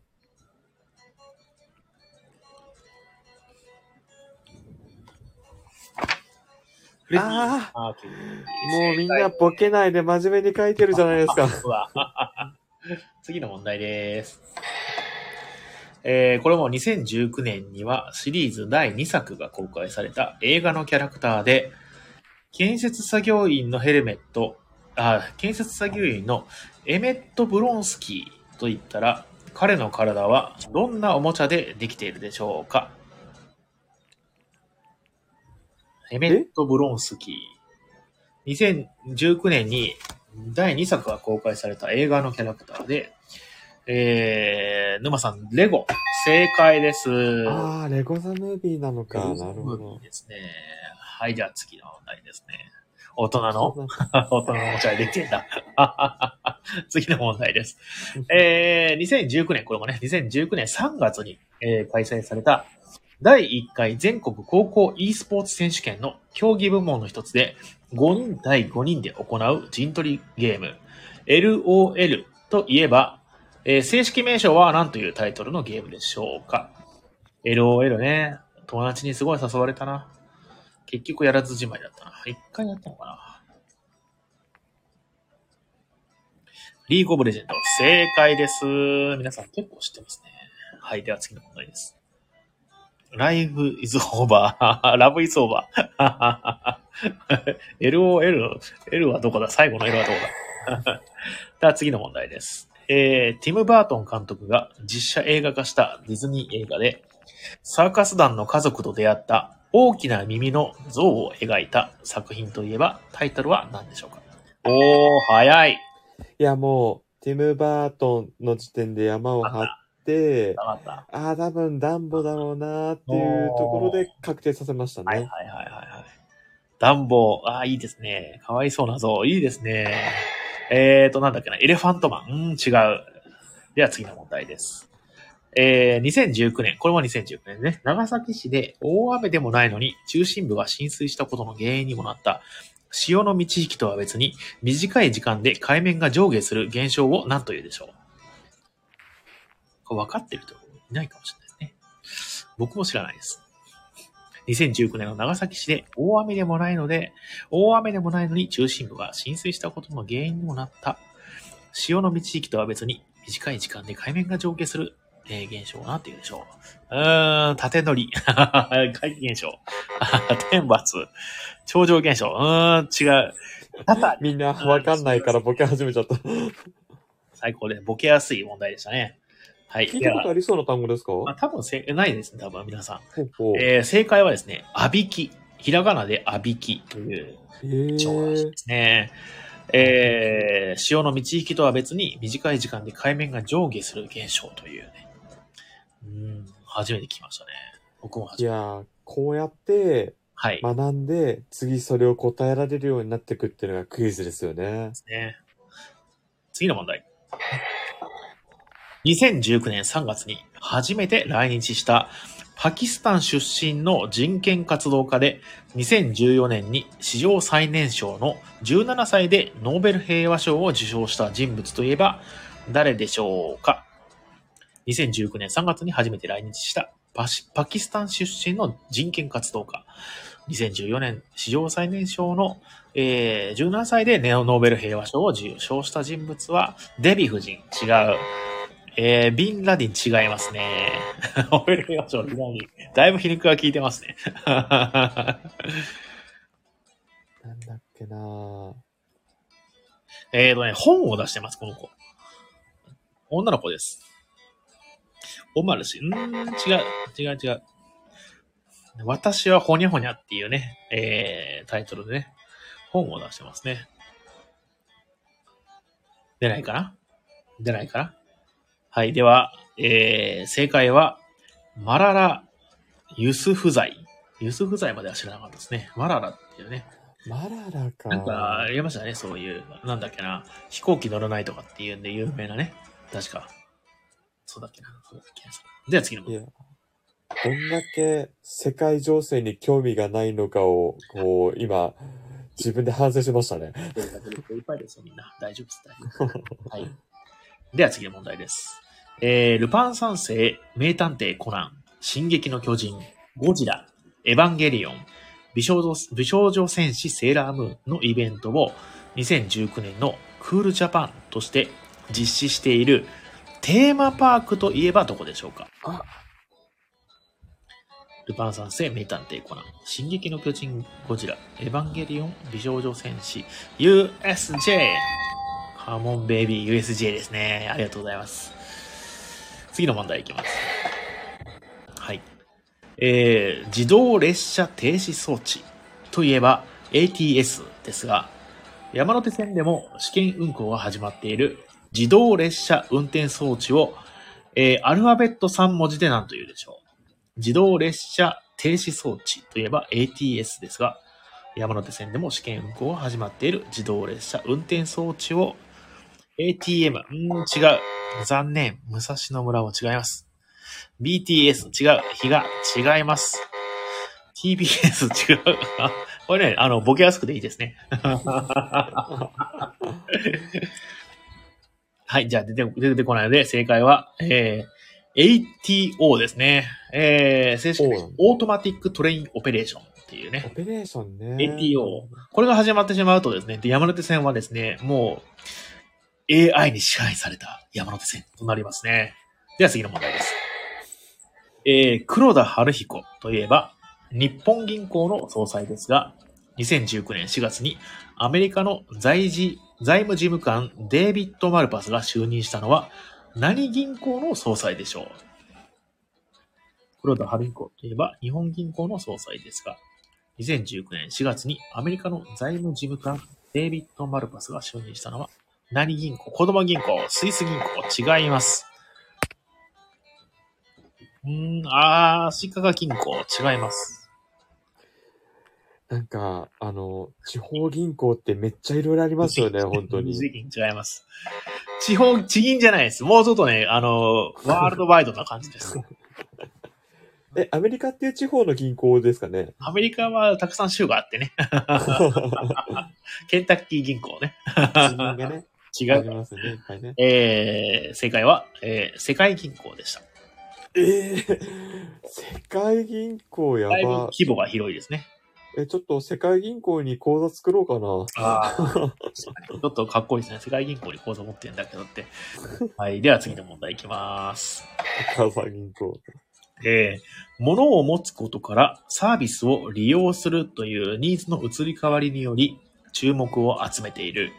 フレディ・
あ
マーキュリ
あ、
ー
もうみんなボケないで真面目に書いてるじゃないですか。
うわ次の問題です。えーこれも2019年にはシリーズ第2作が公開された映画のキャラクターで、建設作業員のヘルメット、あ、建設作業員のエメット・ブロンスキーといったら、彼の体はどんなおもちゃでできているでしょうかエメット・ブロンスキー。2019年に第2作が公開された映画のキャラクターで、えー、沼さん、レゴ。正解です。
ああ、レゴザムービーなの
レ
か。
ゴ
なるほど
いい。ですね。はい、じゃあ次の問題ですね。大人の
そうだ
大人のお茶できてんだ。 (laughs) 次の問題です。えー、2019年、これもね、2019年3月に、えー開催された第1回全国高校 e スポーツ選手権の競技部門の一つで、5人対5人で行う陣取りゲーム、LOL といえば、えー正式名称は何というタイトルのゲームでしょうか ?LOL ね、友達にすごい誘われたな。結局やらずじまいだったな。一回やったのかなリーグオブレジェンド、正解です。皆さん結構知ってますね。はい、では次の問題です。ライブ is over. (laughs) ラブ is over. (laughs) LOL、L はどこだ最後の L はどこだ (laughs) では次の問題です。えー、ティム・バートン監督が実写映画化したディズニー映画で、サーカス団の家族と出会った大きな耳の像を描いた作品といえば、タイトルは何でしょうかおー、早い。
いや、もう、ティム・バートンの時点で山を張って、
わかった。
ああ、多分ダンボだろうなっていうところで確定させました
はいはい
ね。
はいはいはい。暖房。ああ、いいですね。かわいそうな像。いいですね。えーと、なんだっけな。エレファントマン。うん、違う。では次の問題です。えー、2019年。これも2019年ね。長崎市で大雨でもないのに中心部が浸水したことの原因にもなった潮の満ち引きとは別に短い時間で海面が上下する現象を何と言うでしょうこれ分かってる人いないかもしれないですね。僕も知らないです。2019年の長崎市で大雨でもないので、大雨でもないのに中心部が浸水したことの原因にもなった。潮の満ち引きとは別に短い時間で海面が上下する、えー現象は何て言うでしょう。うーん、縦乗り。 (laughs) 怪奇現象。 (laughs) 天罰。頂上現象。うーん、違う。ただ、
みんなわかんないからボケ始めちゃった。
最高で、ボケやすい問題でしたね。はい。
聞いたことありそうな単語ですか
まあ、多分せ、ないですね、多分、皆さ。
ほうほうん
えー正解はですね、あびき。ひらがなであびきという
え
調らしい
ー
ですね。えー潮の満ち引きとは別に短い時間で海面が上下する現象というね。うん、初めて聞きましたね。僕も初
い
めて。
やー、こうやって
はい。
学んで、次それを答えられるようになっていくっていうのがクイズですよね。
ね。次の問題。2019年3月に初めて来日したパキスタン出身の人権活動家で2014年に史上最年少の17歳でノーベル平和賞を受賞した人物といえば誰でしょうか2019年3月に初めて来日したパシパキスタン出身の人権活動家。2014年史上最年少の、えー17歳でネオノーベル平和賞を受賞した人物はデヴィ夫人。違う。えー、ビンラディン違いますね。 (laughs) ノーベル平和賞ビンラディン。だいぶ皮肉が効いてますね。 (laughs)
なんだっけなー
えーとね、本を出してます、この子。女の子です。オマル氏。うーん、違う、違う、違う。私はほにゃほにゃっていうね、えー、タイトルでね、本を出してますね。出ないかな出ないかなはい、では、えー、正解は、マララ・ユスフザイ。ユスフザイまでは知らなかったですね。マララっていうね。
マララか。
なんか、ありましたね、そういう、なんだっけな、飛行機乗らないとかっていうんで有名なね、確か。そうだっけな、そうだっけな。では次の問
い
題
や、どんだけ世界情勢に興味がないのかを、こう、今、自分で反省しましたね。
いっぱいですよ、みんな。大丈夫です、大丈夫はい。では次の問題です。えー、ルパン三世、名探偵コナン、進撃の巨人、ゴジラ、エヴァンゲリオン、美少女美少女戦士セーラームーンのイベントを2019年のクールジャパンとして実施しているテーマパークといえばどこでしょうか
あ
ルパン三世、名探偵コナン、進撃の巨人、ゴジラ、エヴァンゲリオン、美少女戦士、USJ! カモンベイビー USJ ですね。ありがとうございます。次の問題いきます。はい。えー、自動列車停止装置といえば ATS ですが、山手線でも試験運行が始まっている自動列車運転装置を、えーアルファベット3文字で何と言うでしょう自動列車停止装置といえば ATS ですが、山手線でも試験運行が始まっている自動列車運転装置を ATM、うーん、違う。残念。武蔵野村も違います。BTS、違う。日が違います。TBS、違う。 (laughs) あこれね、あの、ボケやすくていいですね。 (laughs) はい、じゃあ出て、出てこないので、正解は、えー、ATO ですね。えー、正式に
O
オートマティックトレインオペレーションっていうね
オ。ペレーションね。
ATO。これが始まってしまうとですね、で山手線はですね、もう AI に支配された山手線となりますね。では次の問題です。えー、黒田晴彦といえば、日本銀行の総裁ですが、2019年4月にアメリカの財事財務事務官デイビッド・マルパスが就任したのは何銀行の総裁でしょう黒田春彦といえば日本銀行の総裁ですが、2019年4月にアメリカの財務事務官デイビッド・マルパスが就任したのは、何銀行、子供銀行、スイス銀行、違います。うーん、あー、シカガ銀行、違います。
なんか、あの、地方銀行ってめっちゃいろいろありま
(laughs)
すよね、本当に。
地銀違います。地方、地銀じゃないです。もうちょっとね、あの、ワールドワイドな感じ
(laughs)
です。
え、アメリカっていう地方の銀行ですかね
アメリカはたくさん州があってね。 (laughs) ケンタッキー銀行ね。
自分がね、
(laughs) 違
あ
う
り。ますね、いっぱいね。
えー、正解は、えー、世界銀行でした。
えー、世界銀行や
だいぶ
ば。
規模が広いですね。
え、ちょっと世界銀行に口座作ろうかな。
ああ、ちょっとかっこいいですね。世界銀行に口座持ってるんだけどって。はい。では次の問題いきます。
母さん
(laughs)
銀行。
えー、物を持つことからサービスを利用するというニーズの移り変わりにより注目を集めている。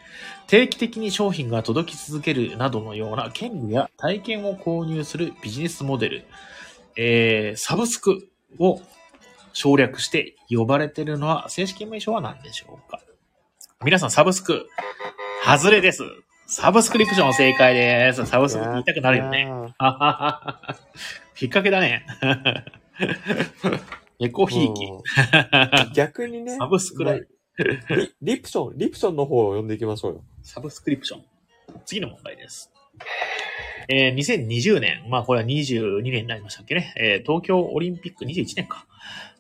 定期的に商品が届き続けるなどのような権利や体験を購入するビジネスモデル。えー、サブスクを省略して呼ばれているのは正式名称は何でしょうか皆さんサブスク、外れです。サブスクリプション正解です。サブスクって言いたくなるよね。
ね。
(laughs) あはははは引っ掛けだね。 (laughs) エコひいき。
うん逆にね。
サブスクライ
まあリリプション、リプションの方を読んでいきましょうよ。
サブスクリプション。次の問題です。えー2020年、まあこれは22年になりましたっけね、えー東京オリンピック21年か、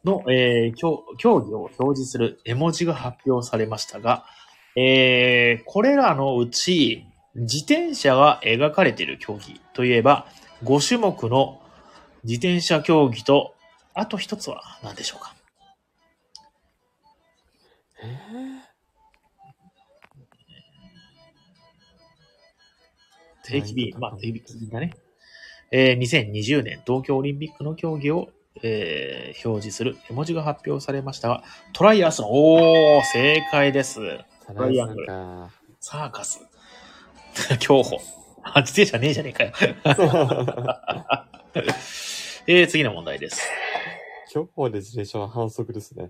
の、えー競競技を表示する絵文字が発表されましたが、えーこれらのうち、自転車が描かれている競技といえば、5種目の自転車競技と、あと一つは何でしょうか
えー
定期便、まあ、定期便だね。えー2020年東京オリンピックの競技を、えー表示する絵文字が発表されましたが、トライアスロン、おー、正解です。
サラリーマンか。
サーカス。 (laughs) 競歩。あ、自転車ねえじゃねえかよ。えー次の問題です。
競歩で自転車は反則ですね。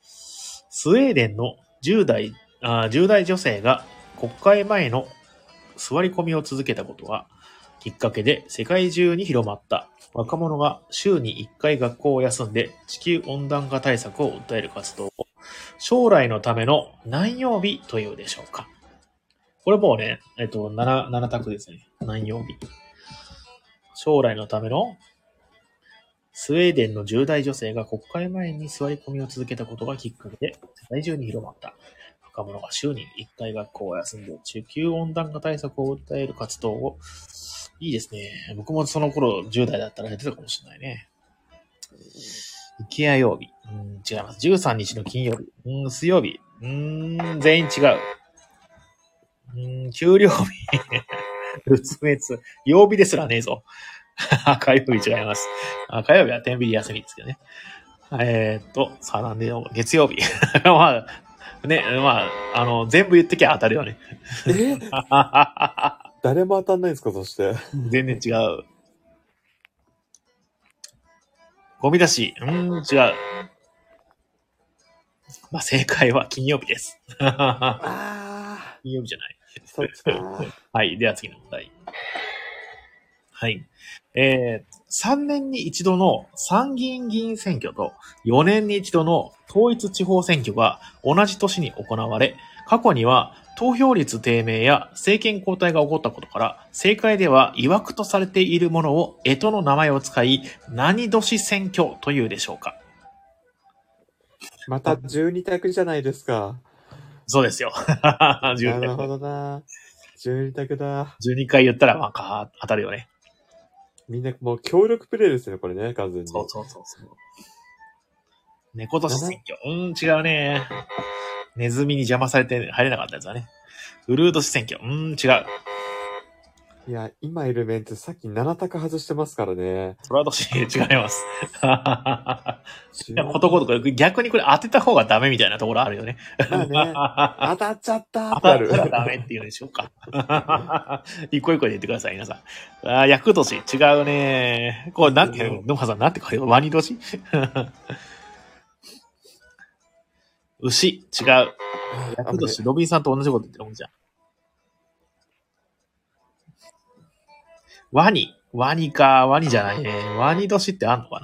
スウェーデンの10代あー10代女性が国会前の座り込みを続けたことがきっかけで世界中に広まった若者が週に1回学校を休んで地球温暖化対策を訴える活動を将来のための何曜日というでしょうかこれもうね、えっと、7、7択ですね。何曜日。将来のためのスウェーデンの10代女性が国会前に座り込みを続けたことがきっかけで世界中に広まった。若者が週に1回学校を休んで地球温暖化対策を訴える活動を。いいですね。僕もその頃10代だったらやってたかもしれないね。池谷曜日。うん、違います。13日の金曜日。うん、水曜日。うん、全員違う。うん、給料日。 (laughs) 仏滅。曜日ですらねえぞ。 (laughs) 火曜日違います。あ火曜日は天秤休みですけどね。えーっと、さあなんでよ、月曜日。 (laughs) まあ、ね、まあ、あの、全部言ってきゃ当たるよね。 (laughs)
え誰も当たんないんですか、そして。
全然違う。ゴミ出し。うーん、違う。まあ、正解は金曜日です。 (laughs) 金
ああ、
曜日じゃない。
そっちか。
はい。では次の問題。はい。えー、3年に一度の参議院議員選挙と4年に一度の統一地方選挙が同じ年に行われ、過去には投票率低迷や政権交代が起こったことから、政界では曰くとされているものを干支の名前を使い、何年選挙というでしょうか。
また12択じゃないですか。
そうですよ。 (laughs)
な
12
るほ
回
どな。12択だ。
12回言ったら、まあか、当たるよね。
みんなもう協力プレイですね、これね、完全に。
そうそうそうそう。猫年選挙。うーん、違うね。ネズミに邪魔されて入れなかったやつだね。ウルー年選挙。うーん、違う。
いや、今いるメンツ、さっき7択外してますからね。
それは私、 (laughs) 違います。
い
いや、ことごとく、逆にこれ当てた方がダメみたいなところあるよね。
ま
(laughs)
あね、当たっちゃった
当
ってあ
た
る。
ったらダメっていうのでしょうか。 (laughs) 一個一個で言ってください、皆さん。あー役年、違うね。これ、なんていうの野間さん、なんて書いてワニ年 (laughs) 牛、違う。役年、ロビンさんと同じこと言ってるもんじゃん。ワニ、ワニか、ワニじゃないね。ワニ年ってあんのか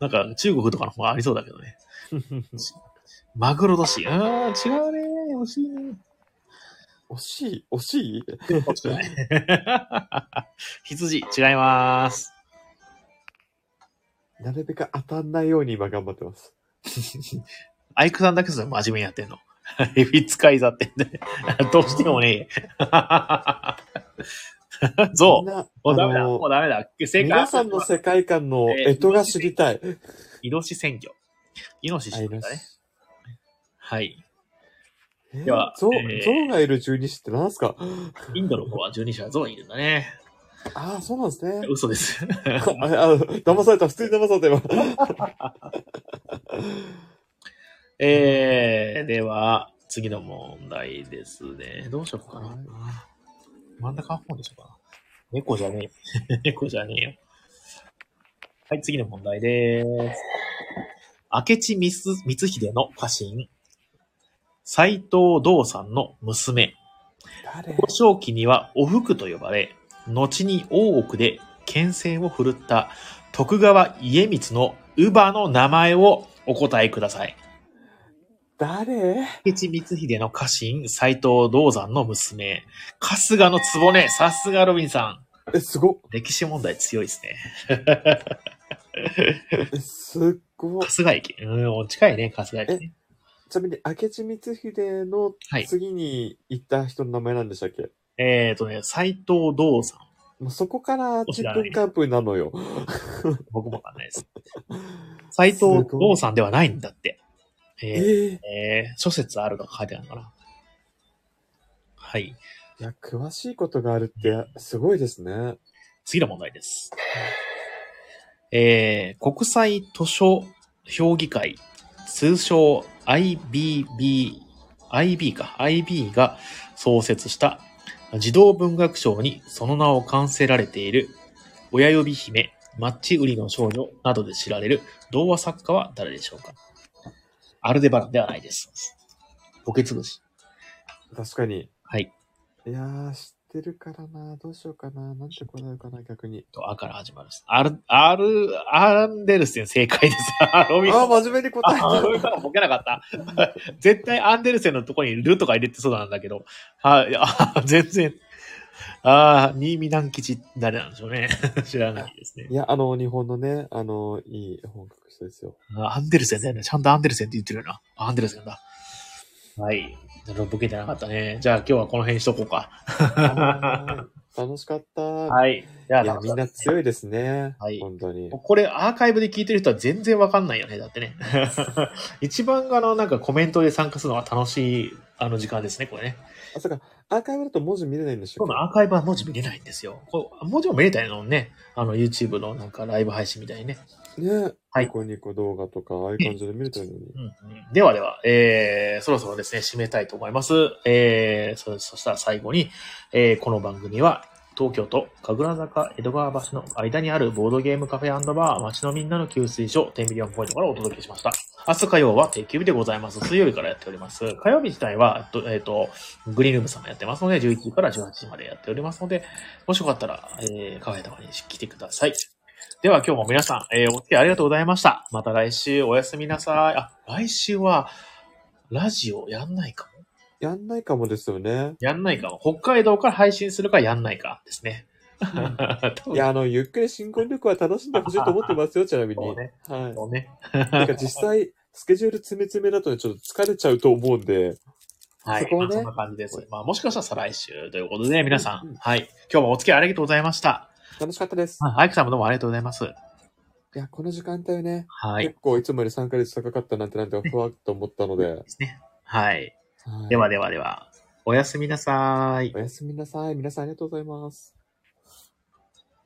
ななんか、中国とかの方がありそうだけど (laughs) ね。マグロ年。うーん、違うね。惜しいね。
惜しい、惜しい
(laughs) 羊、違います。
なるべく当たんないように今頑張ってます。
アイクさんだけさ、真面目にやってんの。 (laughs) エビ使い座ってんで。 (laughs) どうしてもね (laughs) え。
み
ゾ
ん
ウ。
な、
もうダメ
あ
だ。も
の
う、ダメだ。正解。
皆さんの世界観の干支が知りたい。
イノシ選挙。イノシシ
あ
だ
いま
ね。
す
はい。
えー
では
ゾウ、
えー
ゾウがいる十二支って何すか
インドの方は12社ゾウにいるんだね。
ああ、そうなんですね。
嘘です。 (laughs)
あ、あ騙された、普通に騙された今。
えー、では、次の問題ですね。どうしようかな。真ん中の方でしょうかな。猫じゃねえ。猫じゃねえよ。 (laughs) はい、次の問題です。明智光光秀の家臣、斎藤道さんの娘、
誰
幼少期にはお福と呼ばれ、後に大奥で剣戦を振るった徳川家光の乳母の名前をお答えください。
誰
明智光秀の家臣、斎藤道山の娘、春日の局、さすがロビンさん。
え、すごっ。
歴史問題強いですね。
え、すっごっ。
春日駅。うん、近いね、春日駅ね。
ちなみに、明智光秀の
はい
次に行った人の名前なんでしたっけ、
えっ、とね、斎藤道山。
もうそこから
知ら
10
ない
分完封なのよ。
僕もわかんないです。斎藤道山ではないんだって。
え
え
ー、い
ー、えー諸説あるとか書いてあるのかな。はい。
や、詳しいことがあるって、すごいですね。
次の問題です。えー、国際図書評議会、通称 IBB、IB か、IB が創設した児童文学賞にその名を冠せられている親呼び姫、マッチ売りの少女などで知られる童話作家は誰でしょうかアルデバランではないです。ポケつぶし。
確かに。
はい。
いやー、知ってるからな。どうしようかな。なんて答えようかな、逆に。
と、あから始まる。アル、アル、アンデルセン正解です。 (laughs) あロ
あ
ミ
ー、
さん
真面目に答え
あ、そう
た。
いうのボケなかった。絶対アンデルセンのとこにルとか入れてそうなんだけど。はい。あ、 (laughs) 全然。ああ、新見南吉、誰なんでしょうね。 (laughs) 知らないですね
い。や、あの、日本のね、あの、いい本書く人
(laughs)
ですよ。
あアンデルセンだよね。ちゃんとアンデルセンって言ってるよな。アンデルセンだ。はい。なるほどボケてなかったね。じゃあ今日はこの辺にしとこうか。
はーい楽しかった。
はい。じゃあ、
いや、みんな強いですね。
はい
本当に。
これアーカイブで聞いてる人は全然わかんないよね。だってね。 (laughs) 一番あの、なんかコメントで参加するのが楽しい、あの時間ですね、これね。
あ、そうか。アーカイブだと文字見れないんでしょ
今日のアーカイブは文字見れないんですよ。こう文字も見れたのね。あの、YouTube のなんかライブ配信みたいにね。
ね。
はい
ニコニコ動画とか、ああいう感じで見れたのに。
うんうん、ではでは、えー、そろそろですね、締めたいと思います。えー、そそしたら最後に、えー、この番組は、東京都神楽坂江戸川橋の間にあるボードゲームカフェバー、街のみんなの給水所、テンビリオンポイントからお届けしました。明日火曜は定休日でございます。水曜日からやっております。火曜日自体は、えっと、えっとグリーンルームさんもやってますので、11時から18時までやっておりますので、もしよかったら、えー、カフェとかに来てください。では今日も皆さん、えーお付き合いありがとうございました。また来週おやすみなさい。あ、来週は、ラジオやんないかも。
やんないかもですよね。
やんないかも。北海道から配信するかやんないかですね。多
(laughs) い
分
や、あの、ゆっくり新婚旅行は楽しんでほしいと思ってますよ、ちなみ
そ
に。
うね
はい。
そうね。
なんか実際、スケジュール詰め詰めだとね、ちょっと疲れちゃうと思うんで。
はい。
そこをね
まあそんな感じです。まあもしかしたら再来週ということで、皆さ、
うんうんん
はい。今日もお付き合いありがとうございました。
楽しかったです。
あアイクさんもどうもありがとうございます。
いや、この時間帯ね、
はい。で
結構いつもより3ヶ月高かったなんてなんてふわっと思ったの
(laughs)
で。
すね。はい。
い
ではではでは、おやすみなさい。
おやすみなさい。皆さんありがとうございます。